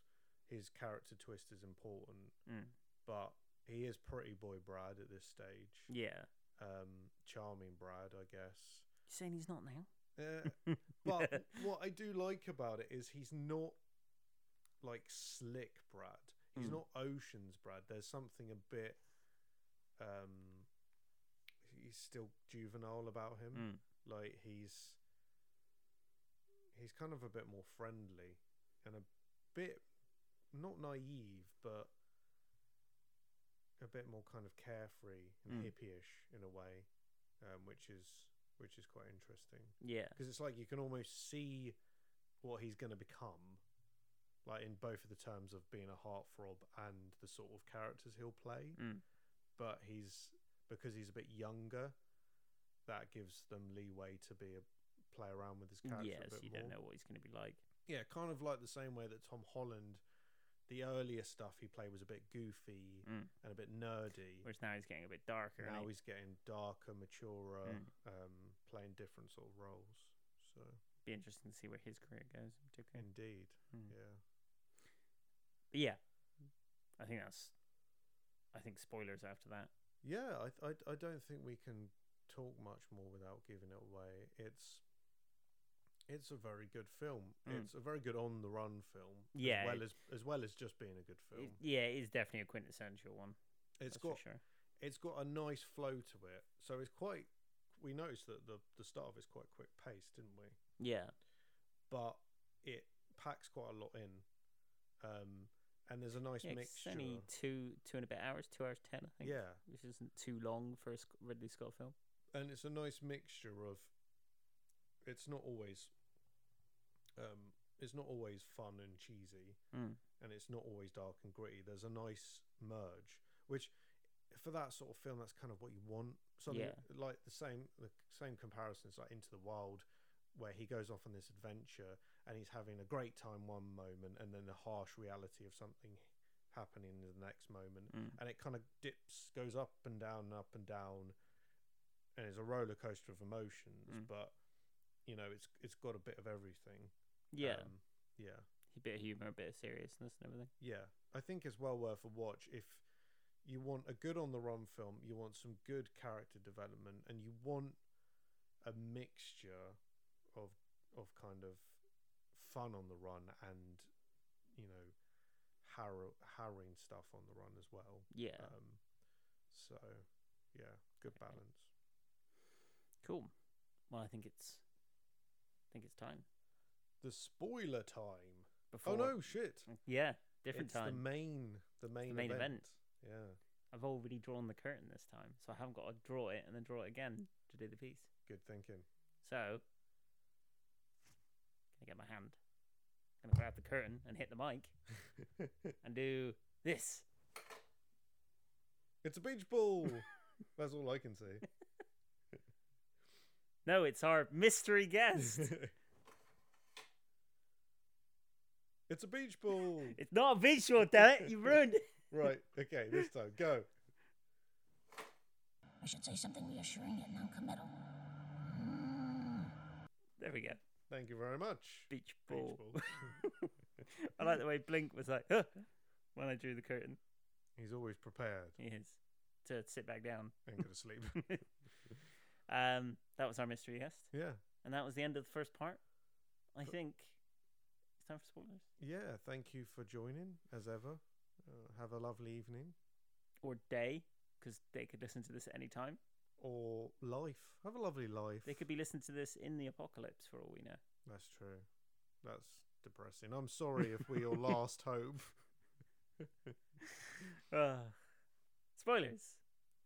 Speaker 1: his character twist is important,
Speaker 2: mm.
Speaker 1: but he is pretty boy Brad at this stage.
Speaker 2: yeah.
Speaker 1: Um, charming Brad, I guess.
Speaker 2: You're saying he's not now?
Speaker 1: Uh, But what I do like about it is he's not like slick Brad. He's
Speaker 2: Mm.
Speaker 1: not Ocean's Brad. There's something a bit um he's still juvenile about him.
Speaker 2: Mm.
Speaker 1: Like he's he's kind of a bit more friendly and a bit not naive but a bit more kind of carefree and
Speaker 2: Mm.
Speaker 1: hippie-ish in a way um, which is which is quite interesting
Speaker 2: yeah,
Speaker 1: because it's like you can almost see what he's going to become like in both of the terms of being a heartthrob and the sort of characters he'll play
Speaker 2: Mm.
Speaker 1: but he's because he's a bit younger that gives them leeway to be a play around with his character
Speaker 2: yes.
Speaker 1: a bit
Speaker 2: You
Speaker 1: more
Speaker 2: don't know what he's going to be like.
Speaker 1: yeah kind of like the same way that tom holland the earlier stuff he played was a bit goofy
Speaker 2: Mm.
Speaker 1: and a bit nerdy
Speaker 2: Whereas now he's getting a bit darker.
Speaker 1: now
Speaker 2: and
Speaker 1: he's getting darker maturer
Speaker 2: Mm.
Speaker 1: um, playing different sort of roles so
Speaker 2: it'd be interesting to see where his career goes in particular.
Speaker 1: indeed
Speaker 2: Mm.
Speaker 1: yeah
Speaker 2: But yeah, I think that's. I think spoilers after that.
Speaker 1: Yeah, I, th- I, I don't think we can talk much more without giving it away. It's it's a very good film.
Speaker 2: Mm.
Speaker 1: It's a very good on the run film.
Speaker 2: Yeah,
Speaker 1: as well
Speaker 2: it-
Speaker 1: as as well as just being a good film.
Speaker 2: It, yeah, it is definitely a quintessential one.
Speaker 1: It, has
Speaker 2: that's
Speaker 1: got
Speaker 2: for sure.
Speaker 1: it's got a nice flow to it. So it's quite. We noticed that the the start of it's quite quick paced, didn't we?
Speaker 2: Yeah,
Speaker 1: But it packs quite a lot in, um, and there's a nice
Speaker 2: yeah 'cause it's
Speaker 1: mixture.
Speaker 2: only two two and a bit hours, two hours ten, I think.
Speaker 1: yeah,
Speaker 2: which isn't too long for a Sc- Ridley Scott film.
Speaker 1: and it's a nice mixture of it's not always um it's not always fun and cheesy
Speaker 2: Mm.
Speaker 1: and it's not always dark and gritty there's a nice merge which for that sort of film that's kind of what you want something
Speaker 2: Yeah.
Speaker 1: like the same the same comparisons like into the wild where he goes off on this adventure and he's having a great time one moment and then the harsh reality of something happening in the next moment
Speaker 2: Mm.
Speaker 1: and it kind of dips goes up and down and up and down and it's a roller coaster of emotions
Speaker 2: Mm.
Speaker 1: but you know it's it's got a bit of everything
Speaker 2: Yeah,
Speaker 1: Um, yeah
Speaker 2: a bit of humor, a bit of seriousness, and everything.
Speaker 1: yeah, I think it's well worth a watch if you want a good on the run film, you want some good character development, and you want a mixture of of kind of fun on the run and you know harrow, harrowing stuff on the run as well.
Speaker 2: Yeah,
Speaker 1: Um, so yeah, good
Speaker 2: Okay.
Speaker 1: balance.
Speaker 2: cool. Well, I think it's, I think it's time.
Speaker 1: The spoiler time.
Speaker 2: Before,
Speaker 1: oh no, shit!
Speaker 2: yeah, different
Speaker 1: it's
Speaker 2: time.
Speaker 1: The main, the main,
Speaker 2: main
Speaker 1: event.
Speaker 2: event.
Speaker 1: Yeah,
Speaker 2: I've already drawn the curtain this time, so I haven't got to draw it and then draw it again to do the piece.
Speaker 1: good thinking.
Speaker 2: So, gonna get my hand, gonna grab the curtain and hit the mic and do this.
Speaker 1: It's a beach ball. That's all I can say.
Speaker 2: No, it's our mystery guest.
Speaker 1: it's a beach ball.
Speaker 2: it's not a visual, damn it! You ruined it.
Speaker 1: right. Okay. This time, go.
Speaker 3: I should say something reassuring yet non-committal.
Speaker 2: There we go.
Speaker 1: Thank you very much.
Speaker 2: Beach
Speaker 1: Beach
Speaker 2: ball. I like the way Blink was like, huh, when I drew the curtain.
Speaker 1: He's always prepared
Speaker 2: He is to sit back down.
Speaker 1: and go to sleep.
Speaker 2: um, that was our mystery guest,
Speaker 1: yeah.
Speaker 2: and that was the end of the first part. I think it's time for spoilers
Speaker 1: Yeah. Thank you for joining, as ever. Uh, have a lovely evening
Speaker 2: or day, because they could listen to this at any time.
Speaker 1: or life. Have a lovely life.
Speaker 2: They could be listening to this in the apocalypse for all we know.
Speaker 1: That's true. That's depressing. I'm sorry if we your last hope.
Speaker 2: Ugh. spoilers.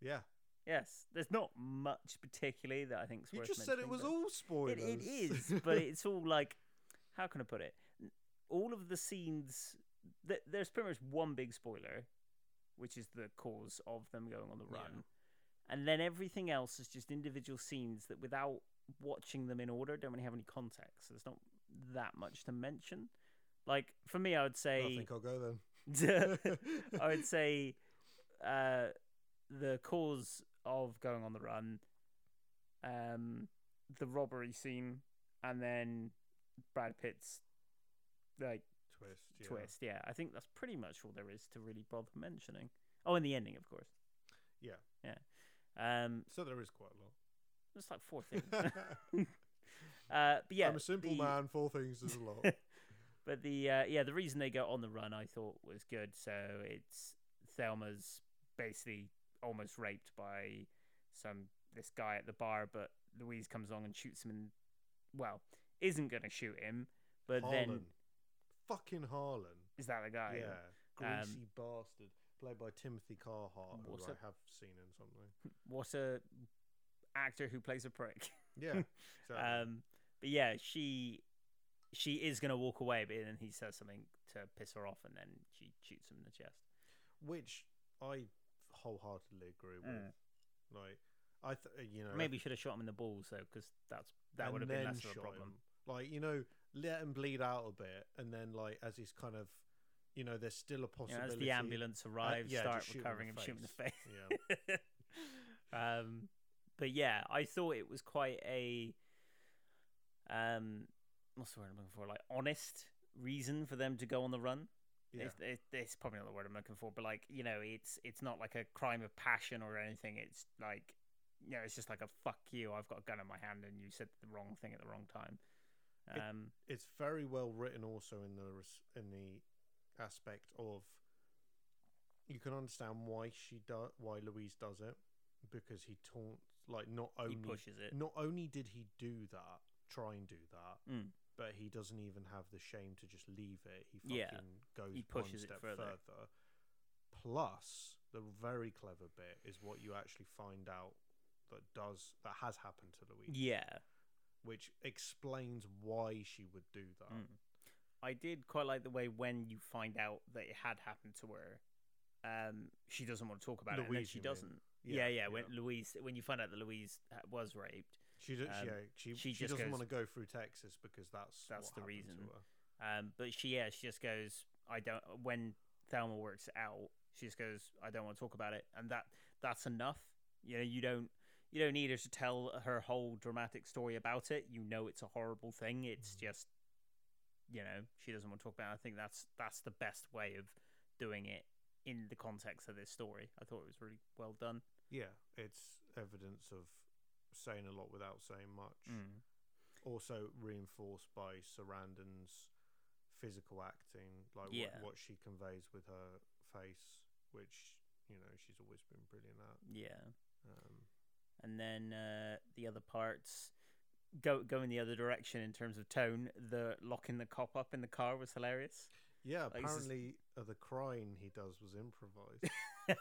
Speaker 1: Yeah.
Speaker 2: Yes, there's not much particularly that I think's
Speaker 1: You
Speaker 2: worth
Speaker 1: just said it
Speaker 2: mentioning,
Speaker 1: was
Speaker 2: but-
Speaker 1: all spoilers.
Speaker 2: It, it is, but it's all like, how can I put it? N- All of the scenes, th- there's pretty much one big spoiler, which is the cause of them going on the
Speaker 1: Yeah.
Speaker 2: run, and then everything else is just individual scenes that, without watching them in order, don't really have any context. So there's not that much to mention. Like for me, I
Speaker 1: I
Speaker 2: would say
Speaker 1: think I'll go then.
Speaker 2: I would say uh, the cause of going on the run, um, the robbery scene, and then Brad Pitt's like
Speaker 1: twist. Yeah.
Speaker 2: twist. Yeah, I think that's pretty much all there is to really bother mentioning. Oh, and the ending, of course.
Speaker 1: Yeah.
Speaker 2: Um,
Speaker 1: So there is quite a
Speaker 2: it's like four things. uh,
Speaker 1: lot.
Speaker 2: but yeah,
Speaker 1: I'm a simple
Speaker 2: the-
Speaker 1: man. Four things is a lot.
Speaker 2: But the uh, yeah, the reason they go on the run, I thought was good. So it's Thelma's basically almost raped by some this guy at the bar, but Louise comes along and shoots him. And well, isn't going to shoot him, but
Speaker 1: Harlan.
Speaker 2: then
Speaker 1: Fucking Harlan.
Speaker 2: is that the guy?
Speaker 1: yeah.
Speaker 2: Um,
Speaker 1: Greasy bastard. Played by Timothy Carhart, who
Speaker 2: What's
Speaker 1: I
Speaker 2: up?
Speaker 1: have seen in something.
Speaker 2: What a actor who plays a prick.
Speaker 1: Yeah. Exactly.
Speaker 2: Um, but yeah, she she is going to walk away, but then he says something to piss her off, and then she shoots him in the chest.
Speaker 1: Which I wholeheartedly agree with.
Speaker 2: Mm.
Speaker 1: Like, I, th- you know,
Speaker 2: Maybe should have shot him in the balls though, because that's that
Speaker 1: and
Speaker 2: would have been
Speaker 1: then
Speaker 2: less of a
Speaker 1: shot
Speaker 2: problem.
Speaker 1: him. Like, you know, let him bleed out a bit, and then, like, as he's kind of, you know, there's still a
Speaker 2: You know,
Speaker 1: possibility.
Speaker 2: as the ambulance
Speaker 1: uh,
Speaker 2: arrives,
Speaker 1: yeah,
Speaker 2: start
Speaker 1: just shoot
Speaker 2: recovering him, shoot him in the face.
Speaker 1: yeah.
Speaker 2: um, but yeah, I thought it was quite a um, what's the word I'm looking for? Like honest reason for them to go on the run.
Speaker 1: Yeah.
Speaker 2: It's, it, it's probably not the word I'm looking for, but like you know, it's it's not like a crime of passion or anything. It's like you know, it's just like a fuck you. I've got a gun in my hand, and you said the wrong thing at the wrong time.
Speaker 1: It-
Speaker 2: Um,
Speaker 1: it's very well written also in the res- in the aspect of you can understand why she does why Louise does it because he taunts like not only
Speaker 2: he pushes it.
Speaker 1: not only did he do that try and do that
Speaker 2: Mm.
Speaker 1: but he doesn't even have the shame to just leave it he fucking
Speaker 2: Yeah.
Speaker 1: goes
Speaker 2: He pushes
Speaker 1: one
Speaker 2: it
Speaker 1: step
Speaker 2: further.
Speaker 1: plus the very clever bit is what you actually find out that does that has happened to Louise
Speaker 2: Yeah.
Speaker 1: which explains why she would do that
Speaker 2: Mm. I did quite like the way when you find out that it had happened to her, um, she doesn't want to talk about it, and then
Speaker 1: Louise,
Speaker 2: she
Speaker 1: you mean?
Speaker 2: doesn't. Yeah, yeah. when Louise, when you find out that Louise ha- was raped,
Speaker 1: She does,
Speaker 2: Um,
Speaker 1: yeah, she
Speaker 2: she
Speaker 1: she,
Speaker 2: just
Speaker 1: doesn't
Speaker 2: goes-
Speaker 1: want to go through Texas because that's
Speaker 2: That's
Speaker 1: what
Speaker 2: the
Speaker 1: happened
Speaker 2: reason.
Speaker 1: To her.
Speaker 2: Um, but she, yeah, she just goes, I don't. When Thelma works out, she just goes, I don't want to talk about it, and that that's enough. You know, you don't you don't need her to tell her whole dramatic story about it. You know, it's a horrible thing. It's
Speaker 1: Mm.
Speaker 2: just, you know, she doesn't want to talk about. it. I think that's that's the best way of doing it in the context of this story. I thought it was really well done.
Speaker 1: Yeah, it's evidence of saying a lot without saying much.
Speaker 2: Mm.
Speaker 1: Also reinforced by Sarandon's physical acting, like
Speaker 2: Yeah.
Speaker 1: what, what she conveys with her face, which you know she's always been brilliant at.
Speaker 2: Yeah.
Speaker 1: Um,
Speaker 2: and then uh, the other parts go go in the other direction in terms of tone. The locking the cop up in the car was hilarious.
Speaker 1: yeah,
Speaker 2: Like, this is-
Speaker 1: apparently uh, the crying he does was improvised,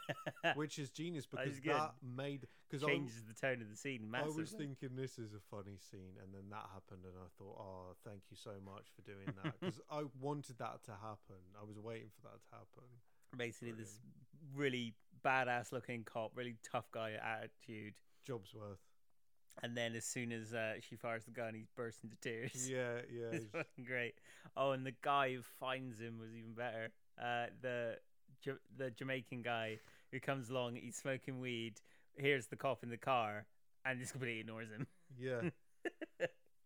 Speaker 1: which is genius
Speaker 2: That
Speaker 1: because
Speaker 2: is good.
Speaker 1: that made because I
Speaker 2: Changes the tone of the scene
Speaker 1: I
Speaker 2: massively.
Speaker 1: was thinking this is a funny scene, and then that happened, and I thought, oh, thank you so much for doing that because I wanted that to happen. I was waiting for that to happen.
Speaker 2: Basically, this really badass looking cop, really tough guy attitude,
Speaker 1: Jobsworth.
Speaker 2: and then as soon as uh, she fires the gun, he bursts into tears.
Speaker 1: Yeah, yeah.
Speaker 2: it's
Speaker 1: he's-
Speaker 2: fucking great. Oh, and the guy who finds him was even better. Uh, the Ja- the Jamaican guy who comes along, he's smoking weed, hears the cop in the car, and just completely ignores him.
Speaker 1: yeah.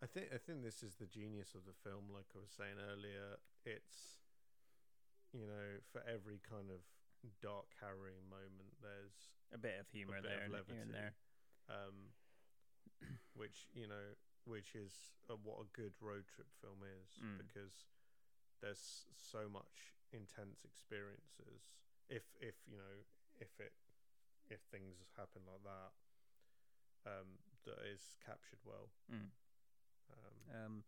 Speaker 1: I think I think this is the genius of the film. Like I was saying earlier, it's you know for every kind of dark, harrowing moment, there's
Speaker 2: A bit of humor
Speaker 1: bit
Speaker 2: there,
Speaker 1: of
Speaker 2: and here
Speaker 1: levity.
Speaker 2: and there.
Speaker 1: um, which you know, which is uh what a good road trip film is
Speaker 2: Mm.
Speaker 1: because there's so much intense experiences. If if you know if it if things happen like that, um, that is captured well.
Speaker 2: Mm.
Speaker 1: Um,
Speaker 2: Um,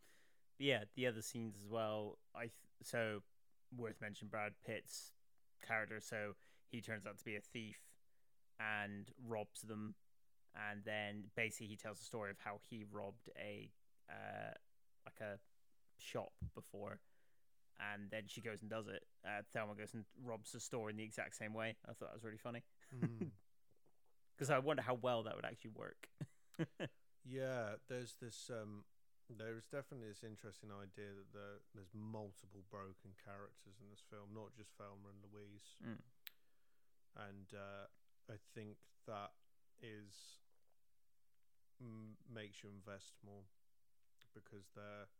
Speaker 2: but yeah, the other scenes as well. I th- so worth mentioning Brad Pitt's character. So he turns out to be a thief and robs them, and then basically he tells the story of how he robbed a uh, like a shop before, and then she goes and does it. Uh, Thelma goes and robs the store in the exact same way. I thought that was really funny
Speaker 1: mm.
Speaker 2: because I wonder how well that would actually work.
Speaker 1: Yeah, there's this. Um, there is definitely this interesting idea that there, there's multiple broken characters in this film, not just Thelma and Louise.
Speaker 2: Mm.
Speaker 1: And uh, I think that is m- makes you invest more because they're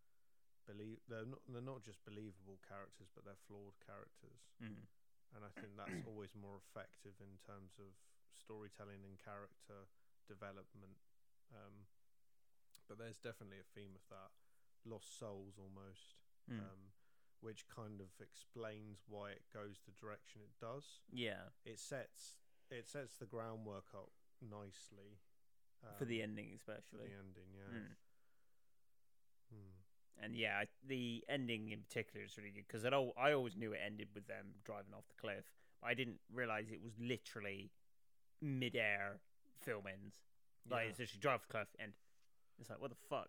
Speaker 1: believe they're not they're not just believable characters, but they're flawed characters
Speaker 2: Mm.
Speaker 1: and I think that's always more effective in terms of storytelling and character development. Um, but there's definitely a theme of that lost souls almost,
Speaker 2: Mm.
Speaker 1: um, which kind of explains why it goes the direction it does.
Speaker 2: yeah,
Speaker 1: It sets it sets the groundwork up nicely
Speaker 2: for the
Speaker 1: um,
Speaker 2: ending
Speaker 1: for
Speaker 2: especially.
Speaker 1: the ending. Yeah.
Speaker 2: Mm.
Speaker 1: Hmm.
Speaker 2: and yeah, I- the ending in particular is really good because al- I always knew it ended with them driving off the cliff. But I didn't realize it was literally mid-air film ends. Like
Speaker 1: Yeah.
Speaker 2: it's literally drive off the cliff and it's like what the fuck.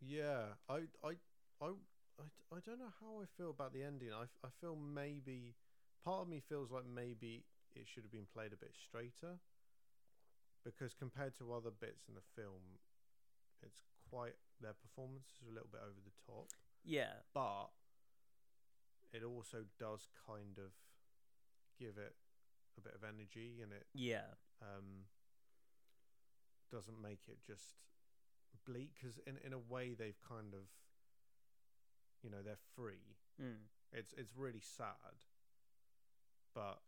Speaker 1: Yeah, I, I, I, I, I don't know how I feel about the ending. I, I feel maybe part of me feels like maybe it should have been played a bit straighter because compared to other bits in the film, it's quite their performances are a little bit over the top,
Speaker 2: yeah,
Speaker 1: but it also does kind of give it a bit of energy and it
Speaker 2: yeah,
Speaker 1: um, doesn't make it just bleak because in, in a way they've kind of you know they're free
Speaker 2: mm.
Speaker 1: it's it's really sad but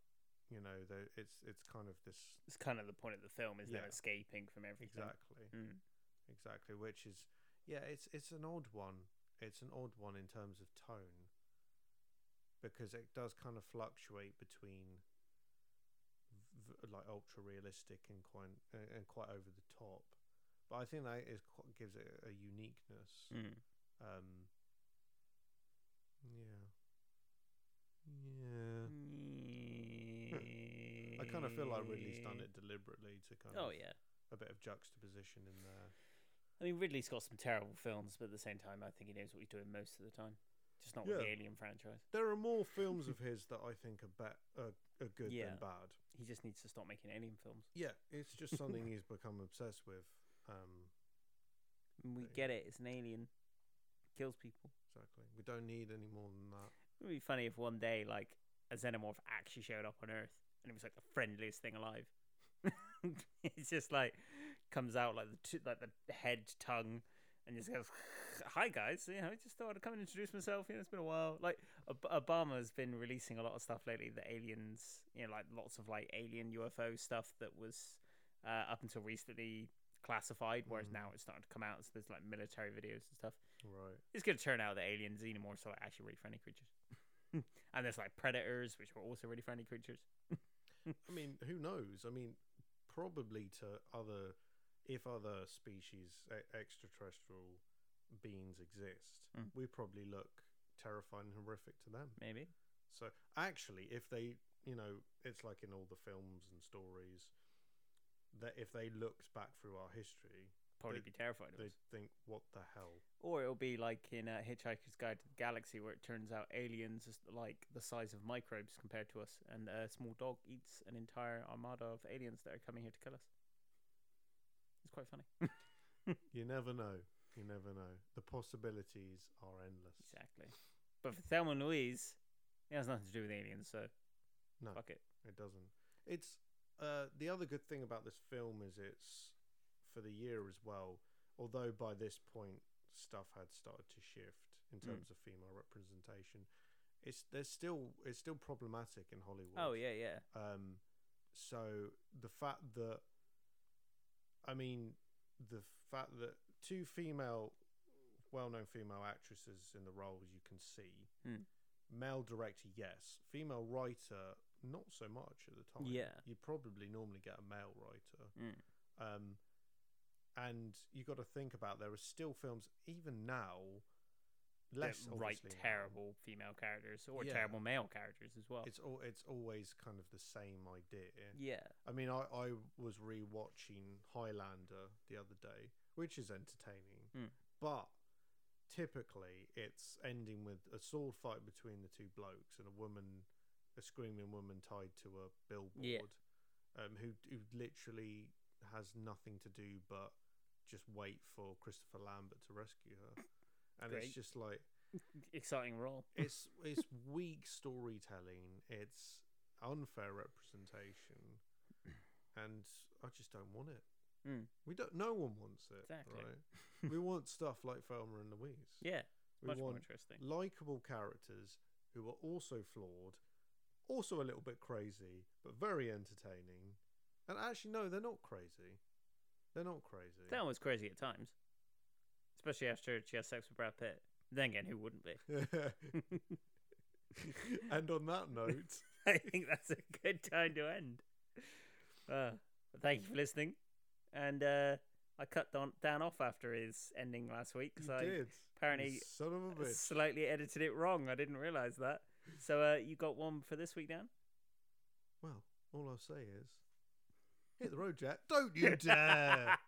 Speaker 1: you know the- it's it's kind of this
Speaker 2: it's kind of the point of the film is them
Speaker 1: Yeah.
Speaker 2: escaping from everything.
Speaker 1: exactly
Speaker 2: Mm.
Speaker 1: exactly which is yeah it's it's an odd one it's an odd one in terms of tone because it does kind of fluctuate between v- like ultra realistic and quite uh, and quite over the top but i think that is quite, gives it a uniqueness
Speaker 2: Mm.
Speaker 1: um yeah yeah i kind of feel like ridley's done it deliberately to kind
Speaker 2: Mm. Oh
Speaker 1: of
Speaker 2: yeah.
Speaker 1: a bit of juxtaposition in there
Speaker 2: I mean, Ridley's got some terrible films, but at the same time, I think he knows what he's doing most of the time. Just not with the
Speaker 1: Yeah.
Speaker 2: Alien franchise.
Speaker 1: There are more films of his that I think are be- are, are good
Speaker 2: Yeah.
Speaker 1: than bad.
Speaker 2: He just needs to stop making Alien films.
Speaker 1: Yeah, it's just something he's become obsessed with. Um,
Speaker 2: And we
Speaker 1: Yeah.
Speaker 2: get it. It's an alien. Kills people.
Speaker 1: Exactly. We don't need any more than that.
Speaker 2: It would be funny if one day, like, a xenomorph actually showed up on Earth and it was like the friendliest thing alive. it's just like comes out like the t- like the head tongue and just goes, "Hi guys, you know, I just thought I'd come and introduce myself. You know, it's been a while. Like Ob- Obama has been releasing a lot of stuff lately. The aliens, you know, like lots of like alien UFO stuff that was uh, up until recently classified, whereas
Speaker 1: Mm.
Speaker 2: now it's starting to come out. So there's like military videos and stuff
Speaker 1: Right.
Speaker 2: it's going to turn out that alien xenomorphs are like, actually really friendly creatures. and there's like predators, which are also really friendly creatures.
Speaker 1: I mean, who knows? I mean, probably to other, if other species, e- extraterrestrial beings exist,
Speaker 2: Mm.
Speaker 1: we probably look terrifying and horrific to them.
Speaker 2: Maybe.
Speaker 1: So actually, if they, you know, it's like in all the films and stories that if they looked back through our history,
Speaker 2: Probably
Speaker 1: They-
Speaker 2: be terrified of us.
Speaker 1: they'd think, "What the hell?"
Speaker 2: Or it'll be like in uh, Hitchhiker's Guide to the Galaxy, where it turns out aliens are like the size of microbes compared to us, and a small dog eats an entire armada of aliens that are coming here to kill us. It's quite funny.
Speaker 1: You never know. You never know. The possibilities are endless.
Speaker 2: Exactly. But for Thelma and Louise, it has nothing to do with aliens, so
Speaker 1: No.
Speaker 2: fuck it.
Speaker 1: It doesn't. It's uh, the other good thing about this film is it's for the year as well. Although by this point stuff had started to shift in
Speaker 2: Mm.
Speaker 1: terms of female representation, it's there's still it's still problematic in Hollywood.
Speaker 2: Oh, yeah, yeah.
Speaker 1: Um, so the fact that I mean the fact that two female well-known female actresses in the roles you can see
Speaker 2: Mm.
Speaker 1: male director yes female writer not so much at the time
Speaker 2: Yeah.
Speaker 1: you probably normally get a male writer
Speaker 2: Mm.
Speaker 1: um, and you got to think about there are still films even now less
Speaker 2: that write
Speaker 1: obviously now,
Speaker 2: terrible female characters or
Speaker 1: Yeah.
Speaker 2: terrible male characters as well.
Speaker 1: it's all it's always kind of the same idea
Speaker 2: yeah,
Speaker 1: I mean, I, I was rewatching Highlander the other day, which is entertaining,
Speaker 2: Mm.
Speaker 1: but typically it's ending with a sword fight between the two blokes and a woman, a screaming woman tied to a billboard, um, who who literally has nothing to do but just wait for Christopher Lambert to rescue her, and
Speaker 2: Great.
Speaker 1: it's just like
Speaker 2: exciting role.
Speaker 1: it's it's weak storytelling. It's unfair representation, and I just don't want it.
Speaker 2: Mm.
Speaker 1: We don't. No one wants it,
Speaker 2: Exactly.
Speaker 1: right? we want stuff like Thelma and Louise.
Speaker 2: Yeah,
Speaker 1: we
Speaker 2: much more
Speaker 1: want
Speaker 2: interesting.
Speaker 1: likable characters who are also flawed, also a little bit crazy, but very entertaining. And actually, no, they're not crazy. They're not crazy.
Speaker 2: That was crazy at times, especially after she has sex with Brad Pitt. Then again, who wouldn't be?
Speaker 1: and on that note.
Speaker 2: I think that's a good time to end. Uh, but thank you for listening, and uh, I cut Don- Dan off after his ending last week because
Speaker 1: You
Speaker 2: I
Speaker 1: did.
Speaker 2: apparently
Speaker 1: you son of a bitch.
Speaker 2: slightly edited it wrong. I didn't realize that. So uh, you got one for this week, Dan.
Speaker 1: Well, all I'll say is, hit the road, Jack. Don't you dare!